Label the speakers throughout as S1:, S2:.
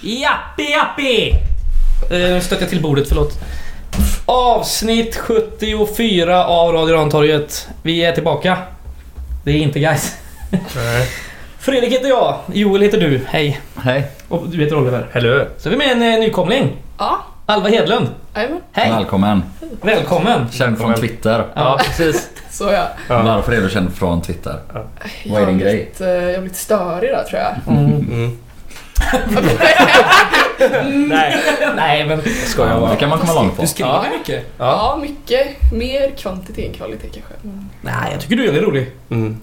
S1: Jappi, jappi! Eh, Nu stötte jag till bordet, förlåt. Avsnitt 74 av Radio Rantorget. Vi är tillbaka. Det är inte guys.
S2: Nej.
S1: Fredrik heter jag, Joel heter du, hej.
S3: Hej.
S1: Och du heter Oliver.
S2: Hallå.
S1: Så är vi med en eh, nykomling.
S4: Ja,
S1: Alva Hedlund.
S4: jajamän.
S1: Hej!
S3: Välkommen.
S1: Välkommen!
S3: Känd från Twitter.
S1: Ja.
S2: precis.
S4: Så jag.
S2: Ja.
S3: Varför är du känd från Twitter? Vad är
S4: jag
S3: din
S4: har
S3: grej?
S4: blivit, eh, Jag har blivit störig där tror jag.
S1: Mm.
S2: Mm. Nej,
S1: Nej men...
S2: ska jag
S3: det
S2: vara.
S3: kan man komma långt på.
S1: skriver
S2: Ja.
S1: mycket.
S2: Ja.
S4: Ja, mycket. Mer kvantitet än kvalitet kanske.
S1: Nej, jag tycker du är väldigt rolig.
S2: Mm.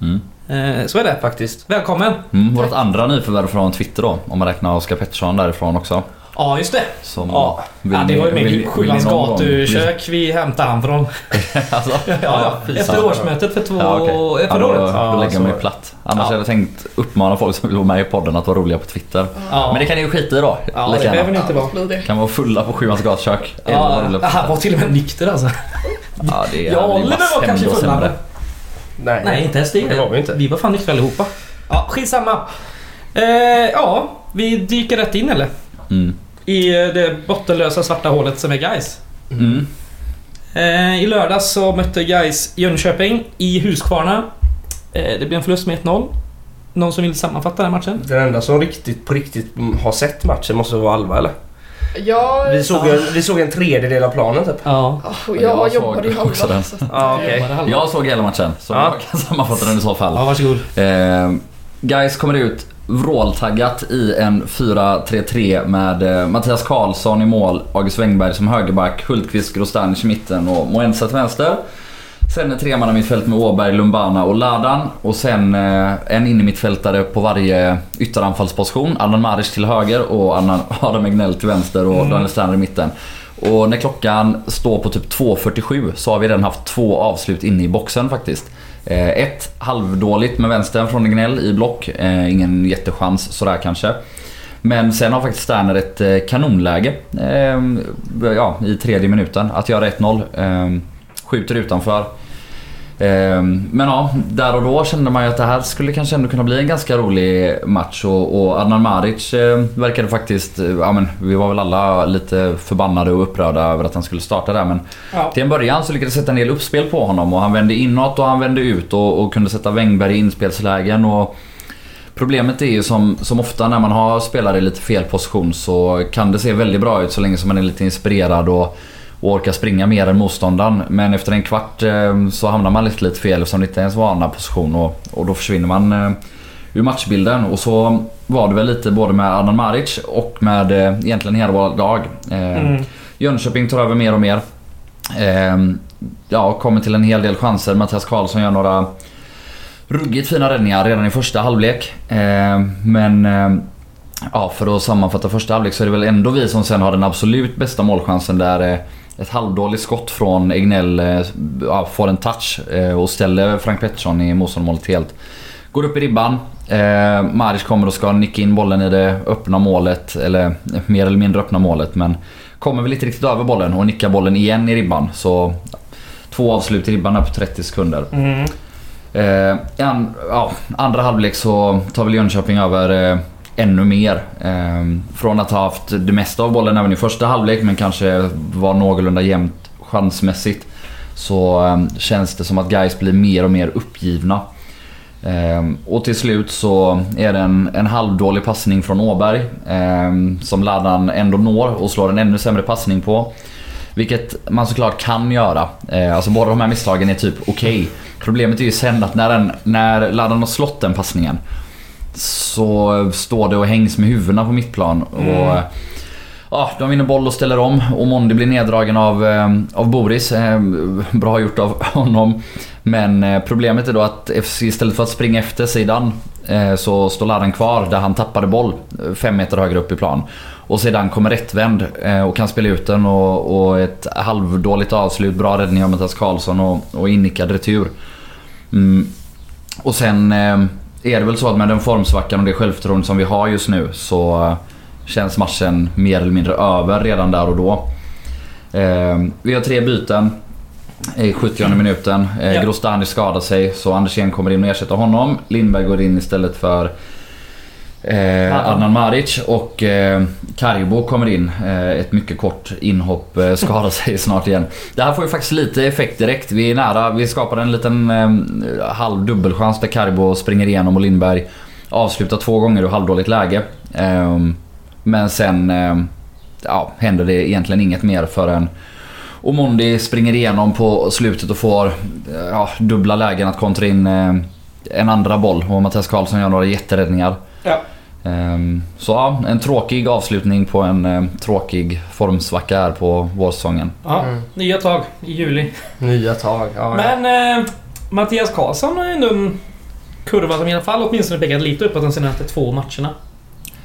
S3: Mm.
S1: Eh, så är det.
S2: Faktiskt.
S1: Välkommen!
S3: Mm, vårt andra nyförvärv från Twitter då, om man räknar Oskar Pettersson därifrån också.
S1: Ja, just det.
S3: Som
S1: Ja. ja, det
S3: ni-
S1: var ju
S3: vill-
S1: med
S3: vill
S1: Sjuans
S3: ni någon gång-
S1: gatukök vi hämtade han från.
S3: alltså,
S1: Ja, ja. Efter
S3: fan.
S1: årsmötet för två...
S3: Ja, okej.
S1: Förra
S3: ja, då,
S1: året.
S2: Ja,
S3: då lägger
S2: så
S3: jag
S2: var det.
S3: mig platt. Annars
S1: Ja.
S3: hade jag tänkt uppmana folk som vill vara med i podden att vara roliga på Twitter.
S1: Ja.
S3: Men det kan ni ju skita i då.
S1: Ja, det
S3: lika gärna.
S1: behöver ni inte vara.
S4: blir det.
S3: Kan vara fulla på Sjuans gatukök. eller vara
S1: Ja,
S3: roliga på
S1: han var
S3: Twitter.
S1: till och med nykter alltså.
S3: Ja, det är
S1: Ja,
S3: det är
S1: Oliver
S3: bara
S1: var kanske
S3: sämre och
S1: fullare.
S3: sämre.
S2: Nej.
S1: Nej, inte ens det.
S2: Det var vi inte.
S1: var fan nyktra allihopa. Ja, skitsamma. Eh, ja, vi dyker rätt in eller?
S3: Mm.
S1: I eh, det bottenlösa svarta hålet som är Gais.
S3: Mm.
S1: Eh, I lördags så mötte Gais Jönköping i Huskvarna. Eh, det blev en förlust med 1-0. Någon som vill sammanfatta den här matchen?
S2: Den enda som riktigt på riktigt mm, har sett matchen måste vara Alva eller?
S4: Jag,
S2: Vi såg, en, vi såg en tredjedel av planen typ.
S1: Ja.
S4: Ja, och
S3: Jag
S4: jag
S3: såg
S4: jobbade i halva.
S3: också den.
S4: så att- eh,
S2: Ja okej.
S3: Jag såg hela matchen, så
S2: Ja.
S3: jag kan sammanfatta den i så fall.
S1: Ja, varsågod.
S3: Eh, guys kommer ut vråltaggat i en 4-3-3 med eh, Mattias Karlsson i mål, August Wengberg som högerback, Hultqvist, Grostanic i mitten och Moensa till vänster. Sen ett tremanna mittfält med Åberg, Lumbana och Ladan. Och sen eh, en innermittfältare på varje ytteranfallsposition. Adnan Maric till höger och Anna- Adam Egnell till vänster och Daniel Sterner i mitten. Och när klockan står på typ 2.47 så har vi redan haft två avslut inne i boxen faktiskt. Eh, ett halvdåligt med vänstern från Egnell i block. Eh, ingen jättechans sådär kanske. Men sen har faktiskt Sterner ett eh, kanonläge eh, ja, i tredje minuten. Att göra 1-0. Eh, skjuter utanför. Ehm, Men ja, där och då kände man ju att det här skulle kanske ändå kunna bli en ganska rolig match och, och Adnan Maric eh, verkade faktiskt, eh, ja men vi var väl alla lite förbannade och upprörda över att han skulle starta där men
S1: Ja.
S3: till en början så lyckades sätta en del uppspel på honom och han vände inåt och han vände ut och, och kunde sätta Wängberg i inspelslägen och Problemet är ju som, som ofta när man har spelare i lite fel position så kan det se väldigt bra ut så länge som man är lite inspirerad och, och orkar springa mer än motståndaren. Men efter en kvart eh, så hamnar man lite, lite fel eftersom det inte är ens vana position och, och då försvinner man eh, ur matchbilden. Och så var det väl lite både med Adnan Maric och med eh, egentligen hela vår lag. Eh,
S1: Mm.
S3: Jönköping tar över mer och mer. Ehm, ja, kommer till en hel del chanser. Mattias Karlsson gör några ruggigt fina räddningar redan i första halvlek. Ehm, men ehm, ja, för att sammanfatta första halvlek så är det väl ändå vi som sen har den absolut bästa målchansen där eh, ett halvdåligt skott från Egnell eh, ja, får en touch eh, och ställer Frank Pettersson i motståndarmålet helt. Går upp i ribban. Eh, Maric kommer och ska nicka in bollen i det öppna målet, eller eh, mer eller mindre öppna målet. Men kommer väl inte riktigt över bollen och nickar bollen igen i ribban. Så två avslut i ribban här på 30 sekunder.
S1: Mm.
S3: Eh, i an, ja, andra halvlek så tar väl Jönköping över eh, ännu mer. Eh, från att ha haft det mesta av bollen även i första halvlek men kanske var någorlunda jämnt chansmässigt. Så eh, känns det som att guys blir mer och mer uppgivna. Ehm, och till slut så är det en, en halvdålig passning från Åberg ehm, som Ladan ändå når och slår en ännu sämre passning på. Vilket man såklart kan göra. Eh, alltså båda de här misstagen är typ okej. Problemet är ju sen att när, den, när Ladan har slått den passningen så står det och hängs med huvudena på mittplan. Och, Ja, de vinner boll och ställer om och Mondi blir neddragen av, eh, av Boris. Eh, Bra gjort av honom. Men eh, problemet är då att FC istället för att springa efter sidan eh, så står Ladan kvar där han tappade boll eh, fem meter högre upp i plan. Och sedan kommer rättvänd eh, och kan spela ut den och, och ett halvdåligt avslut. Bra räddning av Mattias Karlsson och, och innickad retur. Mm. Och sen eh, är det väl så att med den formsvackan och det självförtroende som vi har just nu så eh, känns matchen mer eller mindre över redan där och då. Eh, vi har tre byten i 70 minuten. Eh,
S1: Ja.
S3: Grostani skadar sig så Andersén kommer in och ersätter honom. Lindberg går in istället för Eh,
S1: Adnan.
S3: Adnan Maric och eh, Karibo kommer in. Eh, ett mycket kort inhopp. Eh, skadar sig snart igen. Det här får ju faktiskt lite effekt direkt. Vi är nära. Vi skapar en liten eh, halv dubbelchans där Karibo springer igenom och Lindberg avslutar två gånger ur halvdåligt läge. Eh, men sen eh, ja, händer det egentligen inget mer förrän Omondi springer igenom på slutet och får eh, ja, dubbla lägen att kontra in eh, en andra boll och Mattias Karlsson gör några jätteräddningar.
S1: Ja.
S3: Ehm, Så ja, en tråkig avslutning på en eh, tråkig formsvacka här på vårsäsongen.
S1: Ja,
S2: Mm.
S1: nya tag i juli.
S2: Nya tag. Ja, ja.
S1: Men eh, Mattias Karlsson har ju ändå en kurva som i alla fall åtminstone pekat lite uppåt de senaste två matcherna.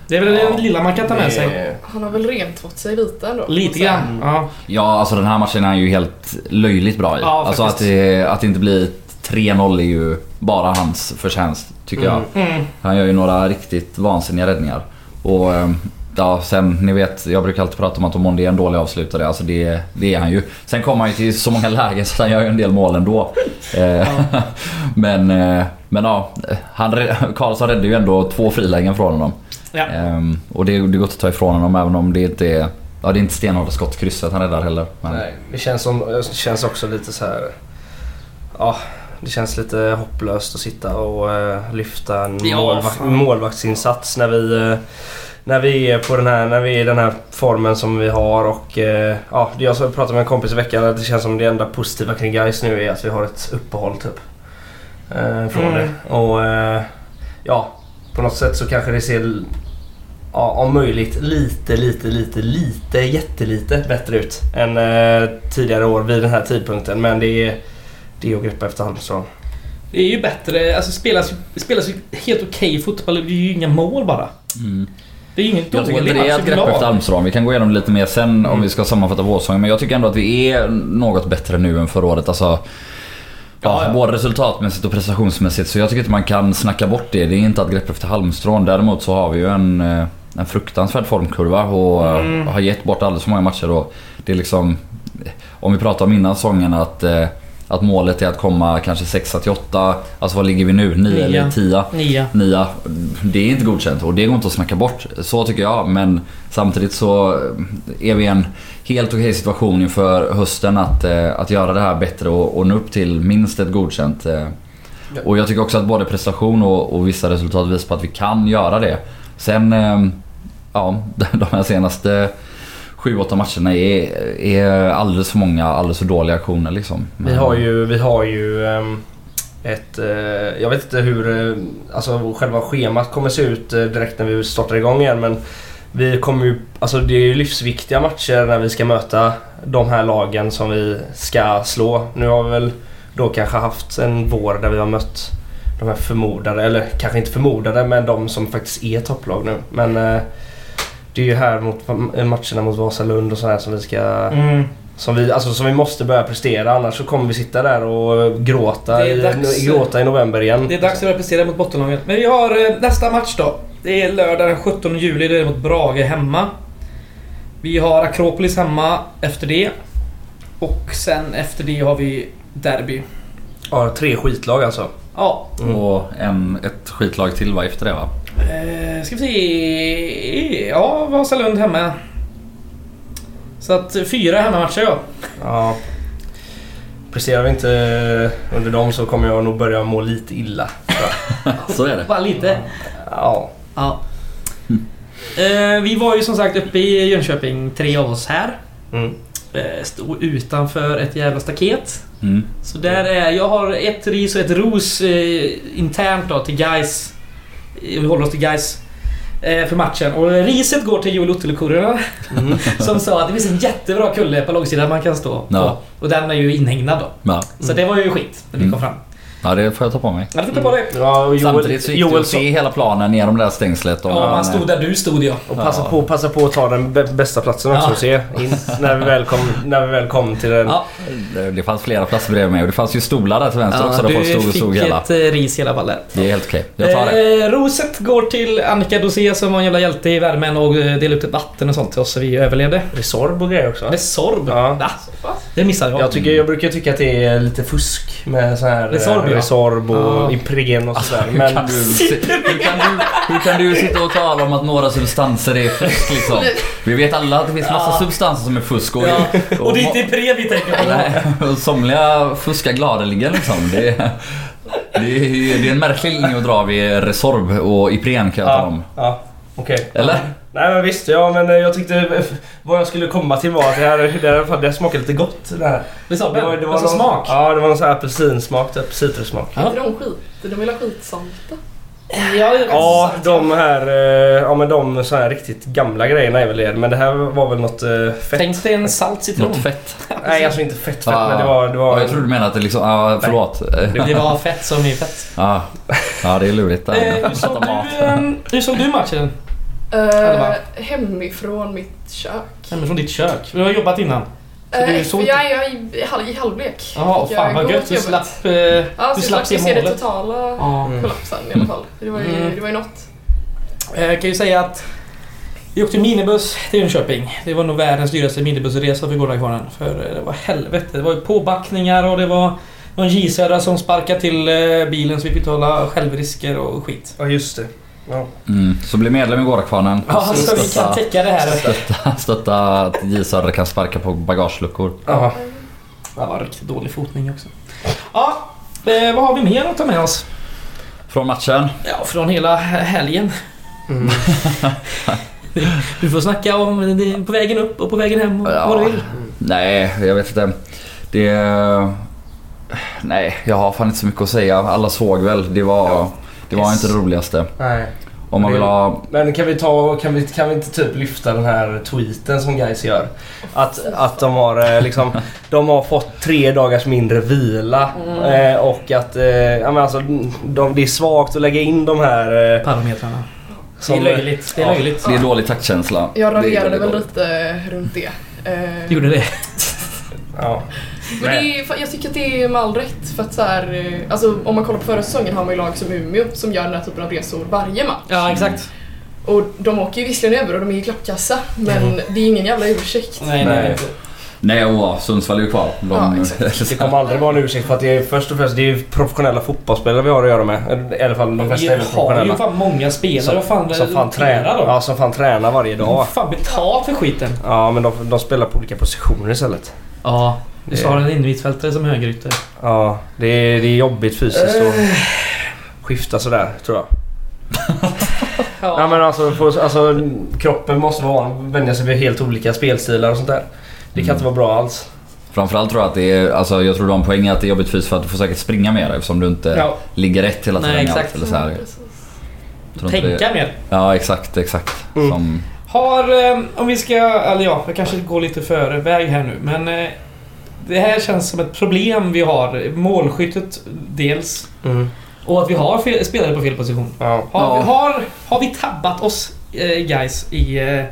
S1: Det är väl
S2: Ja,
S1: den lilla man kan ta med sig.
S2: Det-
S4: Han har väl rentvått sig lite ändå.
S1: Lite
S3: Mm.
S1: grann. Ja.
S3: Ja, alltså den här matchen är han ju helt löjligt bra i.
S1: Ja,
S3: alltså att
S1: faktiskt.
S3: det, att det inte blir 3-0 är ju bara hans förtjänst, tycker jag.
S2: Mm.
S1: Mm.
S3: Han gör ju några riktigt vansinniga räddningar. Och eh, ja, sen, ni vet, jag brukar alltid prata om att Omondi är en dålig avslutare. Alltså det, det är han ju. Sen kommer han ju till så många lägen så han gör ju en del mål ändå. Eh, men, eh, men ja, han, rä- Karlsson räddade ju ändå två frilägen från honom.
S1: Ja.
S3: Ehm, och det, det går inte att ta ifrån honom även om det inte är, ja, det är inte stenhårda skott krysset han räddar heller. Men,
S2: Nej, det känns, som, det känns också lite så här... Ja, det känns lite hopplöst att sitta och eh, lyfta en
S1: Ja,
S2: målvakt,
S1: fan.
S2: målvaktsinsats när vi, eh, när vi är på den här, när vi är i den här formen som vi har och eh, ja, det jag pratade med en kompis i veckan att det känns som det enda positiva kring guys nu är att vi har ett uppehåll typ. Eh, från
S1: Mm.
S2: det. Och eh, ja, på något sätt så kanske det ser ja, om möjligt lite, lite, lite, lite, jättelite bättre ut än eh, tidigare år vid den här tidpunkten. Men det är, det är att greppa efter halmstrån.
S1: Det är ju bättre. Alltså spelas, ju- spelas ju helt okej fotboll. Det är ju inga mål bara.
S3: Mm.
S1: Det är ju ingen
S3: Jag tycker
S1: dålig
S3: inte det är
S1: match
S3: ett grepp
S1: överlag.
S3: efter halmstrån. Vi kan gå igenom det lite mer sen
S1: Mm.
S3: om vi ska sammanfatta vårsäsongen. Men jag tycker ändå att vi är något bättre nu än förra året. Alltså, ja,
S1: Ja, ja.
S3: Både resultatmässigt och prestationsmässigt. Så jag tycker inte man kan snacka bort det. Det är inte ett grepp efter halmstrån. Däremot så har vi ju en, eh, en fruktansvärd formkurva och eh,
S1: Mm.
S3: har gett bort alldeles för många matcher. Och det är liksom, om vi pratar om innan säsongen att, eh, att målet är att komma kanske sexa till åtta. Alltså vad ligger vi nu? nio eller
S1: Nia.
S3: 10?
S1: Nia.
S3: nia. Det är inte godkänt och det går inte att snacka bort. Så tycker jag. Men samtidigt så eh, är vi i en helt okej situation inför hösten att, eh, att göra det här bättre och, och nå upp till minst ett godkänt. eh.
S2: Ja.
S3: Och jag tycker också att både prestation och, och vissa resultat visar på att vi kan göra det. Sen, eh, ja, de här senaste 7-8 matcherna är, är alldeles för många, alldeles för dåliga aktioner liksom.
S2: Vi har ju, vi har ju ehm, ett... eh, Jag vet inte hur eh, alltså, själva schemat kommer se ut eh, direkt när vi startar igång igen men vi kommer ju, alltså det är ju livsviktiga matcher när vi ska möta de här lagen som vi ska slå. Nu har vi väl då kanske haft en vår där vi har mött de här förmodade, eller kanske inte förmodade men de som faktiskt är topplag nu. Men eh, det är ju här mot matcherna mot Vasalund och sådär som vi ska...
S1: Mm.
S2: Som vi, alltså, som vi måste börja prestera annars så kommer vi sitta där och gråta,
S1: Det är
S2: i,
S1: dags.
S2: gråta i november igen.
S1: Det är dags att börja prestera mot bottenlaget. Men vi har eh, nästa match då. Det är lördag den 17 juli. Det är mot Brage hemma. Vi har Akropolis hemma efter det. Och sen efter det har vi derby.
S2: Ja, tre skitlag alltså.
S1: Ja,
S3: Och en, ett skitlag till va, efter det va?
S1: eh, ska vi se... Ja, Vasalund hemma. Så att eh, fyra hemmamatcher ja.
S2: Ja. Presterar vi inte under dem så kommer jag nog börja må lite illa.
S3: Så är det.
S1: Bara lite.
S2: Ja.
S1: Ja. Eh, vi var ju som sagt uppe i Jönköping, tre av oss här.
S2: Mm.
S1: Eh, stod utanför ett jävla staket.
S3: Mm.
S1: Så där är, jag har ett ris och ett ros eh, internt då till guys. Vi håller oss till guys eh, för matchen. Och riset går till Joel Ottolekurirana
S2: Mm.
S1: som sa att det finns en jättebra kulle på långsidan man kan stå på.
S3: Ja.
S1: Och den är ju inhägnad då.
S3: Ja.
S1: Så det var ju skit när vi kom
S3: Mm.
S1: fram.
S3: ja, det får jag ta på mig.
S1: Ja, du får ta på dig.
S2: Ja, och Joel,
S3: Samtidigt så gick det
S2: Joel
S3: att
S2: sa,
S3: se hela planen genom det där stängslet. Och eh,
S1: Ja, man stod där du stod ja.
S2: och passa, på, passa på att ta den bä- bästa platsen också
S1: Ja.
S2: och se. In, när, vi väl kom, när vi väl kom till den.
S1: Ja,
S3: Det- Det fanns flera platser bredvid mig och det fanns ju stolar där till vänster också där folk
S1: du
S3: stod och såg
S1: fick
S3: hela.
S1: ett eh, ris i alla fall där.
S3: Det är helt okej. Jag tar det.
S1: Eh, roset går till Annika Dosé som var en jävla hjälte i värmen och eh, delade ut ett vatten och sånt till oss så vi överlevde.
S2: Resorb och grejer också.
S1: Med Sorb?
S2: Ja.
S1: Va?
S4: Så pass.
S1: Det missade jag.
S2: Jag, tycker, jag brukar tycka att det är lite fusk med så här...
S1: Resorb, ja.
S2: Resorb
S1: Ja.
S2: och Ipren och sådär.
S3: Hur kan,
S2: Men
S3: du, si- hur, kan du, hur kan du sitta och tala om att några substanser är fusk liksom? Vi vet alla att det finns massa
S1: Ja.
S3: substanser som är fusk och,
S1: Ja.
S3: och,
S1: Och det är inte Ipren vi tänker på.
S3: Nej, och somliga fuskar gladeligen liksom. Det, är- det, är, det är en märklig linje att dra vid Resorb och Ipren kan jag tala
S2: Ja,
S3: om.
S2: ja okej.
S3: Eller?
S2: Nej men visst, ja men eh, jag tyckte vad jag skulle komma till var att det här, det här, fan, det här smakar lite gott. Det här.
S1: Resorb,
S2: Det var, det var
S1: alltså smak.
S2: någon, Ja, det var någon sån här apelsinsmak, typ citrussmak.
S1: Ja.
S4: Är inte de skit? De vill ha skitsalta.
S1: Ja,
S2: Ja, de här, eh, ja men de så här riktigt gamla grejerna är väl det. Men det här var väl något eh, fett.
S1: Tänk dig en salt citron.
S3: Något fett?
S2: Nej alltså inte fett fett
S3: Ah.
S2: men det var... Det var
S3: Ja, jag tror du menar att det liksom... Ja, förlåt.
S1: Det var fett som i fett.
S3: Ja, Ah. ja det är lurigt. där.
S1: Eh, hur, såg du, ehm, hur såg du matchen?
S4: Uh,
S1: Alva.
S4: hemifrån mitt kök.
S1: Hemma från ditt kök. Du har jobbat innan. Så
S4: Eh,
S1: du såg
S4: för jag, jag är i halv, i halvlek.
S1: Jaha,
S4: Fick
S1: fan
S4: jag
S1: vad
S4: gå
S1: gött. Du
S4: till jobbet.
S1: slapp, eh,
S4: Ja,
S1: du
S4: så
S1: slapp
S4: slapp
S1: se
S4: se det
S1: målet.
S4: totala
S1: Ja.
S4: kollapsen i alla fall. Det var ju,
S1: Mm.
S4: det var ju något.
S1: Eh, Jag kan ju säga att vi åkte minibuss till Jönköping. Det var nog världens dyraste minibussresa för Gårdakvarnen. För eh, det var helvete. Det var ju påbackningar och det var någon gisöra som sparkade till eh, bilen så vi fick betala självrisker och skit.
S2: Ja just det. Ja.
S3: Mm, så bli medlem i Gårdakvarnen.
S1: Ja, så vi kan
S3: Stötta-
S1: täcka det här.
S3: Stötta, stötta att J Söder kan sparka på bagageluckor.
S2: Aha.
S1: Det var riktigt dålig fotning också. Ja, eh, vad har vi mer att ta med oss?
S3: Från matchen.
S1: Ja, från hela helgen.
S2: Mm.
S1: Du får snacka om det på vägen upp och på vägen hem och
S3: Ja.
S1: vad du vill.
S3: Nej, jag vet inte. Det... Nej, jag har fan inte så mycket att säga. Alla såg väl. Det var,
S2: Ja.
S3: det var
S2: Yes.
S3: inte det roligaste.
S2: Nej.
S3: Om man vill ha...
S2: Men kan vi ta kan vi, kan vi inte typ lyfta den här tweeten som guys gör? Att, att de har eh, liksom De har fått tre dagars mindre vila
S1: Mm.
S2: eh, och att eh, ja, men alltså, de, det är svagt att lägga in de här eh,
S1: Parametrarna. Det är
S2: som-
S1: löjligt. Det är
S2: Ja.
S1: löjligt.
S3: Det är dålig taktkänsla.
S4: Jag
S3: Det är
S4: raljerade
S3: väldigt
S4: väl
S3: dåligt.
S4: lite runt det. Eh,
S1: Gjorde det?
S2: Ja.
S4: Men det är, fan, jag tycker att det är med all rätt för att så här, eh, alltså, om man kollar på förra säsongen har man ju lag som Umeå som gör den här typen av resor varje match.
S1: Ja, exakt.
S4: Och de åker ju visserligen över och de är ju klappkassa men
S1: Mm.
S4: det är ingen jävla ursäkt.
S1: Nej,
S3: Nej.
S1: nej. inte.
S3: Nej, och Sundsvall är ju kvar. De,
S4: Ja, exakt.
S2: Det kommer aldrig vara en ursäkt för att det är först och främst det är ju professionella fotbollsspelare vi har att göra med. I alla fall de flesta är väl
S1: Vi har ju
S2: professionella.
S1: fan många spelare. Vad fan
S2: Som fan tränar,
S1: då?
S2: ja, som fan tränar varje
S1: De får
S2: dag.
S1: fan betalt för skiten.
S2: Ja men de, de spelar på olika positioner istället.
S1: Ja.
S2: du
S1: Du
S2: sa
S1: sa en innermittfältare som högerytter.
S2: Ja, det är, det är jobbigt fysiskt att skifta sådär tror jag. Ja. men alltså, för, alltså kroppen måste vara van- vänja sig vid helt olika spelstilar och sånt där. Det kan
S3: Mm.
S2: inte vara bra alls.
S3: Framförallt tror jag att det är... Alltså, jag tror de poängen är att det är jobbigt fysiskt för att du får säkert springa mer eftersom du inte
S1: Ja.
S3: ligger rätt hela
S1: Nej,
S3: tiden. i allt,
S1: exakt.
S3: Eller så här.
S4: Precis.
S3: Tror inte det-
S1: Tänka mer.
S3: Ja, exakt, exakt.
S2: Mm.
S3: Som,
S1: Har, eh, om vi ska, eller ja, jag kanske går lite före väg här nu men eh, Det här känns som ett problem vi har. Målskyttet dels.
S2: Mm.
S1: Och att vi har fel, spelare på fel position.
S2: Ja.
S1: Har,
S3: Ja.
S1: vi, har, har vi tabbat oss eh, guys i eh,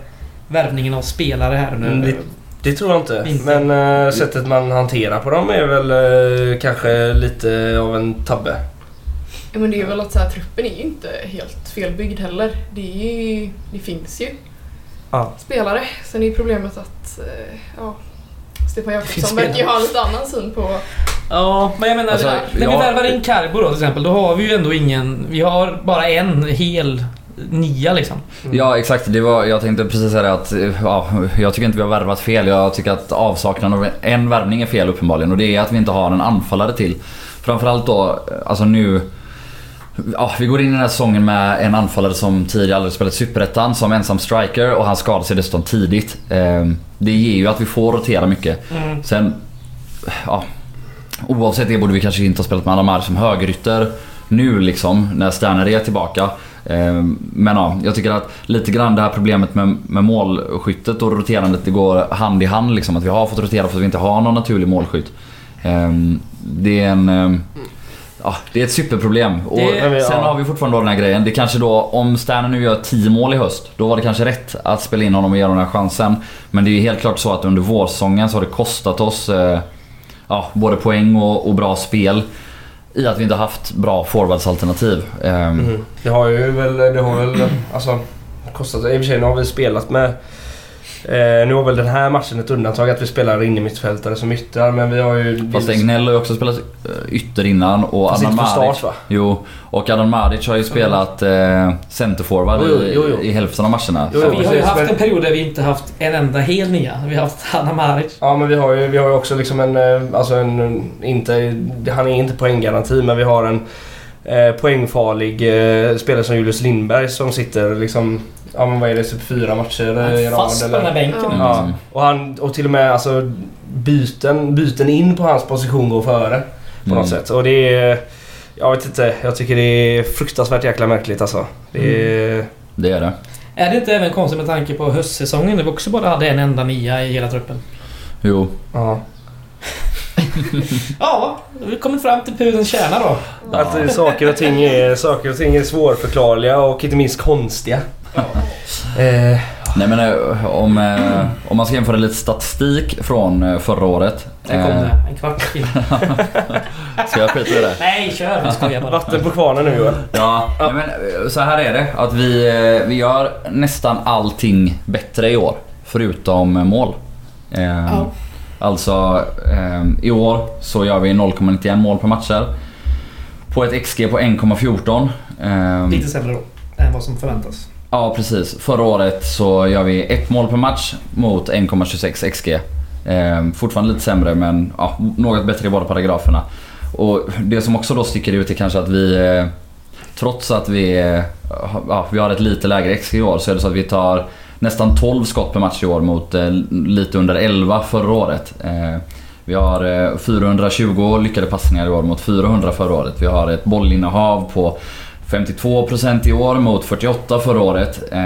S1: värvningen av spelare här nu?
S2: Mm, det- Det tror jag inte.
S1: Inte.
S2: Men eh, sättet man hanterar på dem är väl eh, kanske lite av en tabbe.
S4: Ja, men det är väl att så här, truppen är ju inte helt felbyggd heller. Det, är ju, det finns ju
S2: Ja.
S4: spelare. Sen är ju problemet att eh, ja, Stefan Jakobsson
S1: Finns
S4: verkar ju
S1: spelare.
S4: ha en lite annan syn på...
S1: Ja, men jag menar
S3: Alltså,
S1: när vi
S3: ja.
S1: värvar in Carbo då till exempel, då har vi ju ändå ingen... Vi har bara en hel nia liksom.
S3: Ja exakt, det var, jag tänkte precis säga det att eh, ja, jag tycker inte vi har värvat fel. Jag tycker att avsaknaden av en värvning är fel uppenbarligen och det är att vi inte har en anfallare till. Framförallt då, eh, alltså nu Ja, vi går in i den här säsongen med en anfallare som tidigare aldrig spelat Superettan som ensam striker och han skadade sig dessutom tidigt. Eh, Det ger ju att vi får rotera mycket. Sen, ja. Oavsett det borde vi kanske inte ha spelat med Alamar som högerytter nu liksom när Sterner är tillbaka. Eh, Men ja, jag tycker att lite grann det här problemet med, med målskyttet och roterandet det går hand i hand liksom. Att vi har fått rotera för att vi inte har någon naturlig målskytt. Eh, Det är en... eh, Ja, det är ett superproblem. Och
S1: Det-
S3: sen
S2: ja.
S3: har vi fortfarande då den här grejen. Det kanske då, om Sterner nu gör 10 mål i höst, då var det kanske rätt att spela in honom och ge honom den här chansen. Men det är ju helt klart så att under vårsäsongen så har det kostat oss eh, ja, både poäng och, och bra spel. I att vi inte har haft bra forwardsalternativ. Ehm,
S2: Mm. Mhm. Det har ju väl, det har väl alltså, kostat. I och för sig nu har vi spelat med Eh, nu var väl den här matchen ett undantag att vi spelar in i mittfältare som yttrar men vi har ju...
S3: Fast Egnell har ju också spelat eh, ytter innan och
S2: Fast
S3: Adnan
S2: inte från
S3: Maric.
S2: start va? Mhm.
S3: Jo, och Adnan Maric har ju spelat eh, centerforward
S2: Jo, jo, jo, jo.
S3: i, i hälften av matcherna.
S2: Jo,
S3: så-
S1: vi har ju
S2: precis,
S1: haft
S2: men-
S1: en period där vi inte haft en enda hel nia. Vi har haft Hanna Maric.
S2: Ja men vi har ju, vi har ju också liksom en, eh, alltså en, inte, han är inte poänggaranti men vi har en eh, poängfarlig eh, spelare som Julius Lindberg som sitter liksom, ja men vad är det, typ fyra matcher eh, i rad
S1: Fast på den här
S2: eller?
S1: bänken.
S4: Ja.
S3: Mm.
S2: Ja, och, han, och till och med alltså byten, byten in på hans position går före på något
S3: Mm.
S2: sätt. Och det är, jag vet inte, jag tycker det är fruktansvärt jäkla märkligt alltså. Det är,
S1: Mm.
S3: Det är det.
S1: Är det inte även konstigt med tanke på höstsäsongen där vi också bara hade en enda nia i hela truppen?
S3: Jo.
S2: ja.
S1: Ja, vi har kommit fram till pudelns kärna då.
S2: Att eh, saker och, ting är, saker och ting är svårförklarliga och inte minst konstiga. Eh,
S3: Nej men eh, om, eh, om man ska jämföra lite statistik från eh, förra året.
S1: Där kom
S3: eh,
S1: det. En kvart till.
S3: Ska jag skita i det?
S1: Nej, kör! Jag skojar bara.
S2: Vatten på kvarnen nu Joel.
S3: Ja, nej, men eh, så här är det. Att vi, eh, vi gör nästan allting bättre i år. Förutom eh, mål. Ehm,
S4: Ja.
S3: Alltså ehm, i år så gör vi 0,91 mål per matcher. På ett XG på 1,14.
S2: Mm.
S3: Ehm,
S1: Lite sämre då än vad som förväntas.
S3: Ja precis. Förra året så gör vi ett mål per match mot 1,26 XG. Ehm, fortfarande lite sämre men ja, något bättre i båda paragraferna. Och det som också då sticker ut är kanske att vi eh, trots att vi, eh, ha- ja, vi har ett lite lägre XG i år så är det så att vi tar nästan 12 skott per match i år mot eh, lite under 11 förra året. Eh, vi har eh, 420 lyckade passningar i år mot 400 förra året. Vi har ett bollinnehav på 52% i år mot 48 förra året. Eh,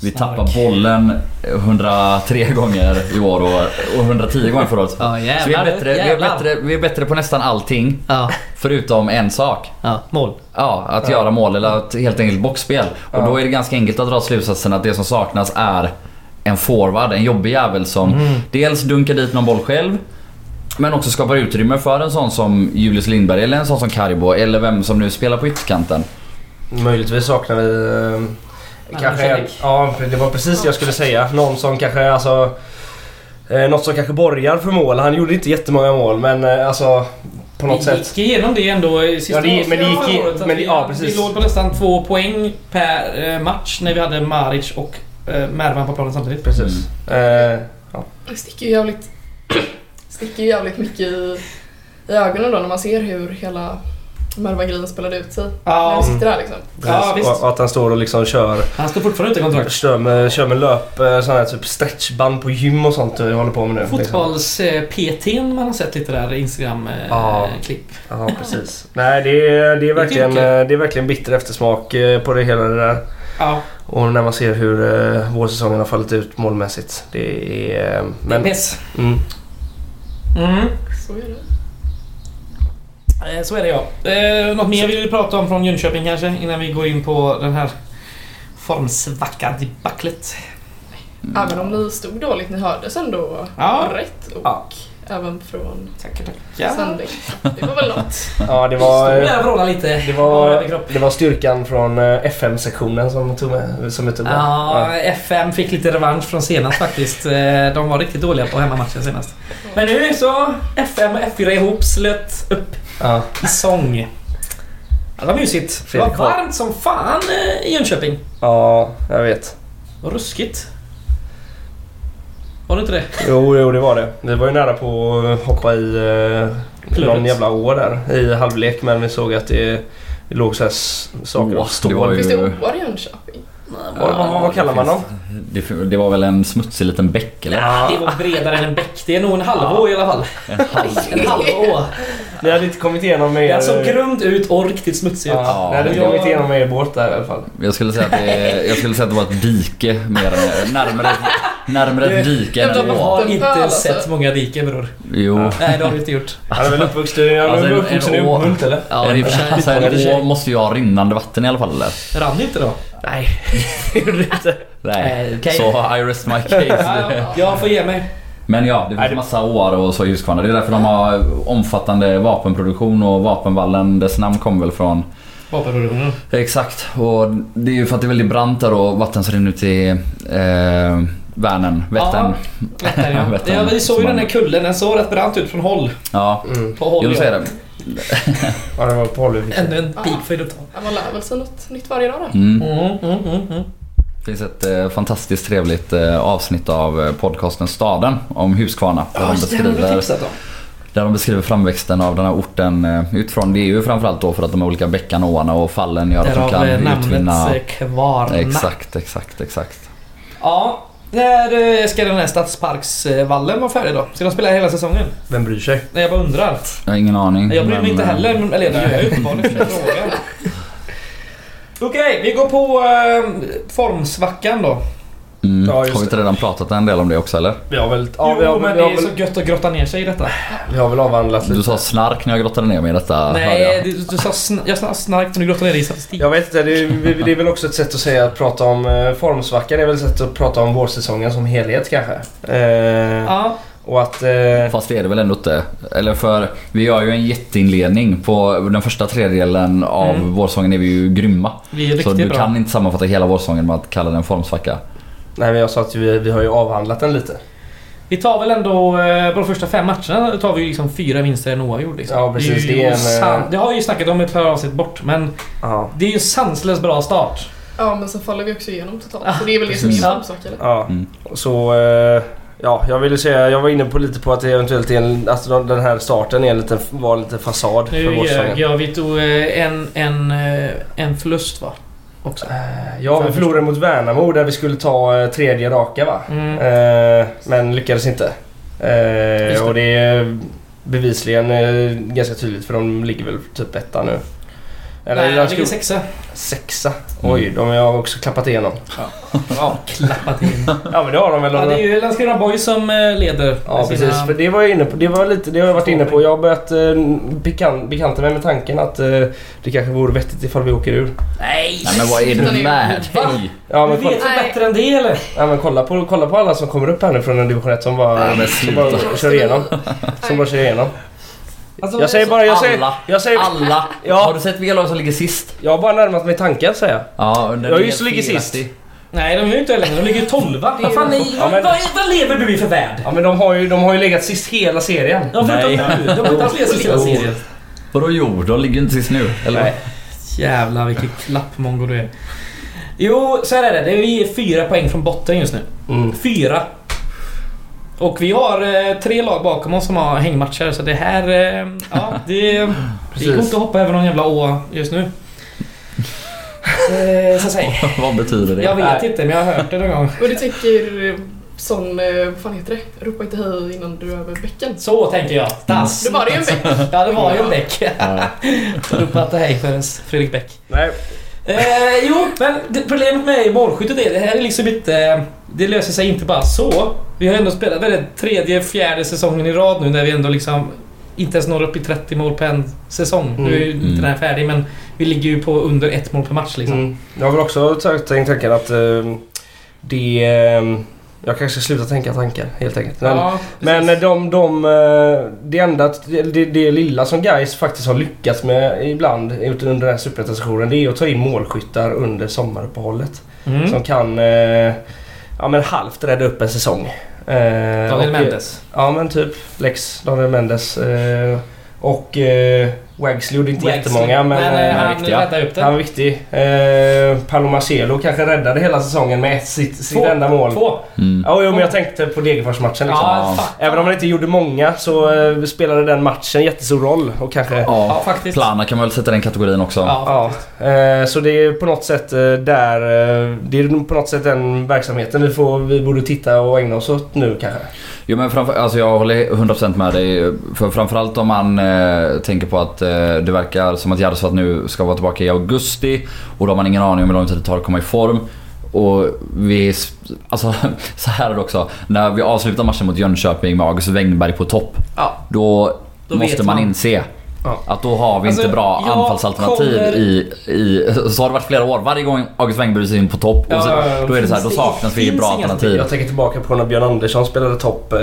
S3: vi
S1: Stark.
S3: tappar bollen 103 gånger i år och, och 110 gånger förra året.
S1: Ja, jävlar.
S3: Så vi är, bättre, vi, är bättre, vi är bättre på nästan allting
S1: Ja,
S3: förutom en sak.
S1: ja, mål.
S3: Ja, att
S2: Ja.
S3: göra mål eller att helt enkelt boxspel. Och
S2: Ja.
S3: då är det ganska enkelt att dra slutsatsen att det som saknas är en forward, en jobbig jävel som
S1: Mm.
S3: dels dunkar dit någon boll själv men också skapar utrymme för en sån som Julius Lindberg eller en sån som Karibo eller vem som nu spelar på ytterkanten.
S2: Möjligtvis saknar vi... Eh, kanske en,
S1: Henrik.
S2: ja, för det var precis det jag skulle säga. Någon som kanske alltså... Eh, något som kanske borgar för mål. Han gjorde inte jättemånga mål men eh, alltså... På något
S1: Vi
S2: sätt.
S1: gick igenom det ändå i sista
S2: Ja, det- men det gick
S1: avsnittet
S2: i-
S1: förra året, att
S2: men det-
S1: vi,
S2: ja,
S1: hade-
S2: precis.
S1: vi låg på nästan två poäng per eh, match när vi hade Maric och eh, Mervan på planen samtidigt.
S2: Precis.
S1: Mm.
S2: Eh,
S4: Det sticker ju jävligt, sticker ju jävligt mycket i, i ögonen då när man ser hur hela Mervan-grejen spelade ut sig. När
S1: Ja,
S4: vi sitter där liksom.
S1: Ja,
S2: precis.
S1: visst.
S2: och, och att han står och liksom kör,
S1: han står fortfarande utan kontrakt.
S2: kör, med, kör med löp... eh, Sån här typ stretchband på gym och sånt eh, jag håller på med nu. liksom.
S1: Fotbolls-PT'n man har sett lite där eh,
S2: Ja.
S1: Instagram-klipp.
S2: Ja, precis. Nej, det är, det, är verkligen,
S1: tycker-
S2: eh, det är verkligen bitter eftersmak eh, på det hela det där.
S1: Ja,
S2: Och när man ser hur eh, vårsäsongen har fallit ut målmässigt. Det är... Eh,
S1: det är
S2: men,
S1: piss.
S2: mm,
S1: Mm.
S4: Så är det.
S1: Eh, Så är det ja. Eh, något mer vi vill prata om från Jönköping kanske innan vi går in på den här formsvackan debaclet.
S4: Även om ni stod dåligt, ni hördes ändå
S1: Ja.
S4: rätt och
S2: Ja.
S4: även från
S1: Tackar, tackar.
S4: sändning. Det var väl något.
S2: ja, det
S1: Stod
S2: var... eh,
S1: där och vrålade lite.
S2: Det
S1: Ja,
S2: var,
S1: över kroppen.
S2: det var styrkan från eh, FM-sektionen som tog med. Som tog med.
S1: Ja, FM fick lite revansch från senast faktiskt. Eh, De var riktigt dåliga på hemmamatchen senast. Men nu så FM och F4 ihop slöt upp
S2: Ja.
S1: i sång. Ja, Det var mysigt. Det var
S2: Fredrik Karl.
S1: varmt som fan eh, i Jönköping.
S2: ja, jag vet.
S1: Och ruskigt. Var det inte det?
S2: Jo, jo, det var det. Vi var ju nära på att hoppa i eh,
S1: Plurret.
S2: någon jävla å där i halvlek men vi såg att det, det låg så här s- saker
S3: Åh,
S2: och stod.
S3: det var ju-
S4: Finns det oar i Jönköping?
S2: Vad, vad, vad kallar man dem?
S3: Det, det var väl en smutsig liten bäck eller?
S1: Det var bredare än en bäck. Det är nog en halvå i alla fall.
S3: En halv.
S1: En halvå.
S2: Ni hade inte kommit igenom med er...
S1: Den såg alltså grunt ut och riktigt smutsig ut.
S2: ja, ni hade inte
S1: Ja.
S2: kommit igenom med er båt där i alla fall.
S3: Jag skulle säga att det, jag skulle säga att det var ett dike mer än närmare, närmare ett dike än
S1: Du
S3: ett år.
S1: har
S4: Den
S1: inte
S4: föll,
S1: sett
S4: alltså.
S1: många diken bror.
S3: Jo.
S1: Nej det har du inte gjort.
S2: Han är väl uppvuxen, han är
S3: Alltså,
S2: väl
S3: en-
S2: uppvuxen i
S3: en å.
S2: Uppmunt eller?
S1: Ja,
S3: en,
S1: i och för sig.
S3: alltså, en
S2: I och för sig.
S3: å måste ju ha rinnande vatten i alla fall eller?
S1: Rann inte då?
S2: Nej, det gjorde det inte.
S3: Nej.
S1: Eh, okej.
S3: Så I rest my case.
S1: Ja, ja, jag får ge mig.
S3: Men ja, det
S2: Nej,
S3: finns
S2: det-
S3: massa år och så i Huskvarna. Det är därför de har omfattande vapenproduktion och vapenvallen, dess namn kommer väl från...
S1: Vapenproduktionen.
S3: Exakt. Och det är ju för att det är väldigt brant där och vatten så rinner ut i eh, Vänern, Vättern.
S1: Vättern, ja.
S3: Vättern.
S1: ja, vi såg ju den här kullen, den såg rätt brant ut från håll.
S3: Ja,
S2: Mm.
S1: På håll
S3: jo
S1: ja.
S3: säger det.
S2: Ja, det var på Hollywood.
S1: Ännu en
S4: Ja.
S1: pigfejd att ta.
S4: Ja, Man lär väl sig något nytt varje dag då.
S3: Mm.
S1: Mm, mm, mm, mm.
S3: Det finns ett eh, fantastiskt trevligt eh, avsnitt av eh, podcasten Staden om Huskvarna. Där,
S1: Ja,
S3: de
S1: jävla
S3: beskriver,
S1: tipsat då.
S3: där de beskriver framväxten av den här orten eh, utifrån. Det är ju framförallt då för att de olika bäckarna, åarna och fallen gör att de
S1: Därav eh,
S3: kan
S1: namnet
S3: utvinna...
S1: eh, Kvarna.
S3: Exakt, exakt, exakt.
S1: Ja, när eh, ska den här stadsparksvallen vara färdig då? Ska de spela hela säsongen?
S2: Vem bryr sig?
S1: Nej, jag bara undrar.
S3: Jag har ingen aning.
S1: Jag bryr mig
S3: men,
S1: inte
S3: eh,
S1: heller, men- eller det gör jag ju uppenbarligen för jag frågar. Okej, vi går på eh, formsvackan då.
S3: Mm.
S2: Ja, just
S3: har vi inte redan pratat en del om det också eller?
S2: Vi har väl... Ja,
S1: jo,
S2: vi har,
S1: men
S2: vi
S1: det
S2: har,
S1: är
S2: väl,
S1: så gött att grotta ner sig i detta.
S2: vi har väl avhandlat
S3: Du
S2: lite.
S3: sa snark när jag grottade ner mig i detta. hörde
S1: Nej,
S3: jag.
S1: du, du sa sn- jag sa snarkt när du grottade ner dig i statistik.
S2: Jag vet inte, det är, vi- det är väl också ett sätt att säga att prata om eh, formsvackan. Det är väl ett sätt att prata om vårsäsongen som helhet kanske. Eh,
S1: Ja,
S2: och att... Eh,
S3: Fast det är det väl ändå inte? Eller för vi gör ju en jätteinledning på den första tredjedelen av
S1: Mm.
S3: vårsången är vi ju grymma.
S1: vi är
S3: Så
S1: riktigt
S3: du
S1: bra.
S3: kan inte sammanfatta hela vårsången med att kalla den formsvacka.
S2: nej men jag sa att vi, vi har ju avhandlat den lite.
S1: Vi tar väl ändå, eh, på de första fem matcherna tar vi ju liksom fyra vinster än oavgjord. Liksom.
S2: Ja, precis.
S1: Det, är ju
S2: Det är en, eh,
S1: osan- det har jag ju snackat om ett par avsnitt bort, men
S2: Ja.
S1: det är ju en sanslöst bra start.
S4: Ja, men sen faller vi också igenom totalt. Så det är väl det som är
S3: precis.
S4: formsvackan.
S2: Ja,
S3: Mm.
S2: så... eh, Ja, jag ville säga, jag var inne på lite på att det eventuellt är en, alltså den här starten är en liten, var en liten fasad för
S1: Nu ljög
S2: vårsäsongen.
S1: jag. Vi tog eh, en, en, eh, en förlust va? Också.
S2: Eh, Ja, vi förlorade mot Värnamo där vi skulle ta eh, tredje raka va?
S1: Mm.
S2: Eh, Men lyckades inte. Eh,
S1: Just det.
S2: Och det är bevisligen eh, ganska tydligt för de ligger väl typ etta nu. Eller
S1: Nej,
S2: de
S1: det ligger
S2: skulle-
S1: sexa.
S2: sexa. Oj, de har jag också klappat igenom. Ja.
S1: Klappat in.
S2: ja, men det har de väl.
S1: ja, det är ju Landskrona Boys som eh, leder.
S2: Ja
S1: med sina-
S2: precis, för det var jag inne på. Det, var lite, det har jag varit inne på. Jag har börjat eh, bekan, bekanta mig med tanken att eh, det kanske vore vettigt ifall vi åker ur.
S1: Nej!
S3: Nej men vad är
S4: Den är
S3: det
S4: ju-
S3: med
S1: Va?
S3: dig?
S2: Ja men,
S1: Du
S2: kolla,
S1: vet väl
S4: Nej.
S1: bättre än det eller?
S2: ja, men kolla, på, kolla på alla som kommer upp här nu från en division 1 som bara,
S3: Nej, men
S2: som bara
S3: sluta.
S2: kör igenom. Som bara kör igenom.
S1: Alltså,
S2: Jag säger bara, jag säger,
S3: Alla.
S2: jag säger,
S3: Alla!
S2: Ja.
S3: Har du sett vilka lag som ligger sist?
S2: jag har bara närmat mig tanken säger jag.
S3: Ja, den
S2: Jag
S3: är
S2: just
S3: helt
S2: ligger sist.
S3: felaktig.
S1: Nej, de är ju inte längre. De ligger ju tolva. Vad fan är...
S2: Ja, men-
S1: Vad, vad, vad lever du i för värld?
S2: Ja men de har ju, de har ju legat sist hela serien.
S1: Ja, förutom
S3: Nej.
S1: nu. De har inte haft läst hela
S3: Jo.
S1: serien.
S3: Vadå jo? De ligger inte sist nu. Eller?
S2: Nej.
S1: Jävlar vilken klappmongo du är. Jo, så här är det. Det är vi är fyra poäng från botten just nu.
S2: Mm.
S1: Fyra. Och vi har eh, tre lag bakom oss som har hängmatcher så det här... Eh, ja, det... Det går
S2: Precis.
S1: inte att hoppa över någon jävla å just nu. Eh, så att säga.
S3: Vad betyder det?
S1: Jag vet inte men jag har hört det någon gång.
S4: Och du tänker eh, sån, eh, vad fan heter det? Ropa inte hej innan du är över bäcken.
S1: Så tänker jag. Das.
S4: Mm. Det var det ju en bäck.
S1: Ja det var ju en Bäck.
S3: Ja.
S1: Ropa inte hej förrän Fredrik Bäck.
S2: Nej.
S1: Eh, jo, men det, problemet med målskyttet är det här är liksom inte... Det löser sig inte bara så. Vi har ändå spelat väl den tredje, fjärde säsongen i rad nu där vi ändå liksom inte ens når upp i 30 mål per en säsong. Nu är ju inte
S3: Mm.
S1: den här färdig men vi ligger ju på under ett mål per match liksom.
S2: Mm. Jag har väl också ta- tänkt tanken att eh, det... Eh, jag kanske ska sluta tänka tankar helt enkelt. Men,
S1: Ja,
S2: men
S1: precis.
S2: de, de, eh, det enda, det, det- det lilla som guys faktiskt har lyckats med ibland ut- under den här superettan-sessionen det är att ta in målskyttar under sommaruppehållet.
S1: Mm.
S2: Som kan eh, ja, men halvt rädda upp en säsong. Eh,
S1: Daniel
S2: och-
S1: Mendes.
S2: Ja men typ Lex, Daniel Mendes. Eh, och eh, Wagsley gjorde inte jättemånga men...
S1: men eh,
S2: eh,
S1: han
S3: viktiga.
S1: räddade upp
S2: han
S1: det.
S2: var viktig. Eh, Paolo Marcelo kanske räddade hela säsongen med ett, sitt, sitt
S1: Två.
S2: enda mål.
S1: Två.
S3: Mm.
S2: Ja, jo, men jag tänkte på Degerfors-matchen liksom.
S1: Ja,
S3: Ja.
S1: fan.
S2: Även om han inte gjorde många så eh, spelade den matchen jättestor roll och kanske...
S1: Ja,
S3: Ja.
S1: faktiskt.
S3: Plana kan man väl sätta i den kategorin också.
S1: Ja.
S2: Ja, eh, så det är på något sätt eh, där... eh, Det är nog på något sätt den verksamheten vi, får, vi borde titta och ägna oss åt nu kanske.
S3: Jo men framför, alltså jag håller 100% med dig. För framförallt om man eh, tänker på att eh, det verkar som att Jarsvat nu ska vara tillbaka i augusti. Och då har man ingen aning om hur lång tid det tar att komma i form. Och vi... Alltså så här är det också. När vi avslutar matchen mot Jönköping med August Wängberg på topp.
S1: Ja.
S3: Då,
S1: Då
S3: måste
S1: vet
S3: man,
S1: man.
S3: inse
S2: Ja.
S3: att då har vi
S1: Alltså,
S3: inte bra
S1: jag
S3: anfallsalternativ
S1: kommer-
S3: i, i... Så har det varit flera år. Varje gång August Wängberg syns på topp.
S1: Ja,
S3: och så,
S1: ja, ja.
S3: då är det så här, då
S1: Finns det-
S3: saknas vi
S1: finns
S3: bra
S1: inga-
S3: alternativ.
S2: Jag tänker tillbaka på när Björn Andersson spelade topp eh,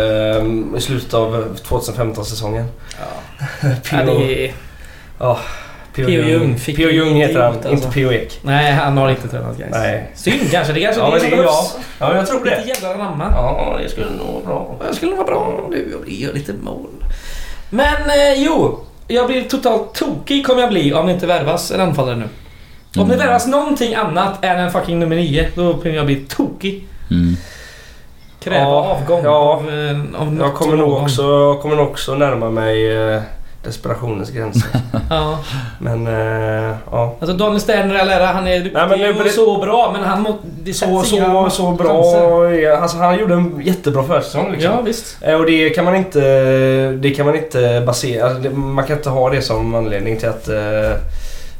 S2: i slutet av 2015-säsongen.
S1: Ja, det är...
S2: Ja,
S1: P.O. Jung fick
S2: P.O. Jung heter han,
S1: Alltså.
S2: inte P.O. Ek.
S1: Nej, han har inte tränat guys.
S2: Nej.
S1: Synd kanske. Det kanske
S2: Ja, men det är jag.
S1: behövs.
S2: Ja, jag tror
S1: Lite
S2: det.
S1: jävlar anamma.
S2: Ja, det skulle nog vara bra.
S1: Jag skulle vara bra nu och gör lite mål. Men eh, jo, jag blir totalt tokig kommer jag bli om det inte värvas en anfallare nu. Om det
S3: Mm.
S1: värvas någonting annat än en fucking nummer nio, då kommer jag bli tokig.
S3: Mm.
S1: Kräva
S2: Ja,
S1: avgång
S2: ja.
S1: av, eh, av
S2: Jag
S1: något
S2: kommer
S1: och
S2: nog
S1: någon.
S2: också, jag kommer nog också närma mig eh, desperationens gränser.
S1: Ja.
S2: Men eh, ja.
S1: Alltså Daniel Sterner all ära, han är duktig
S2: men nu
S1: och
S2: blir-
S1: så bra men han må, det
S2: Så,
S1: sätts inga
S2: så,
S1: match-
S2: så
S1: chanser.
S2: bra är- alltså, han gjorde en jättebra försäsong liksom.
S1: Ja visst.
S2: Eh, Och det kan man inte, det kan man inte basera, alltså, det- man kan inte ha det som anledning till att eh,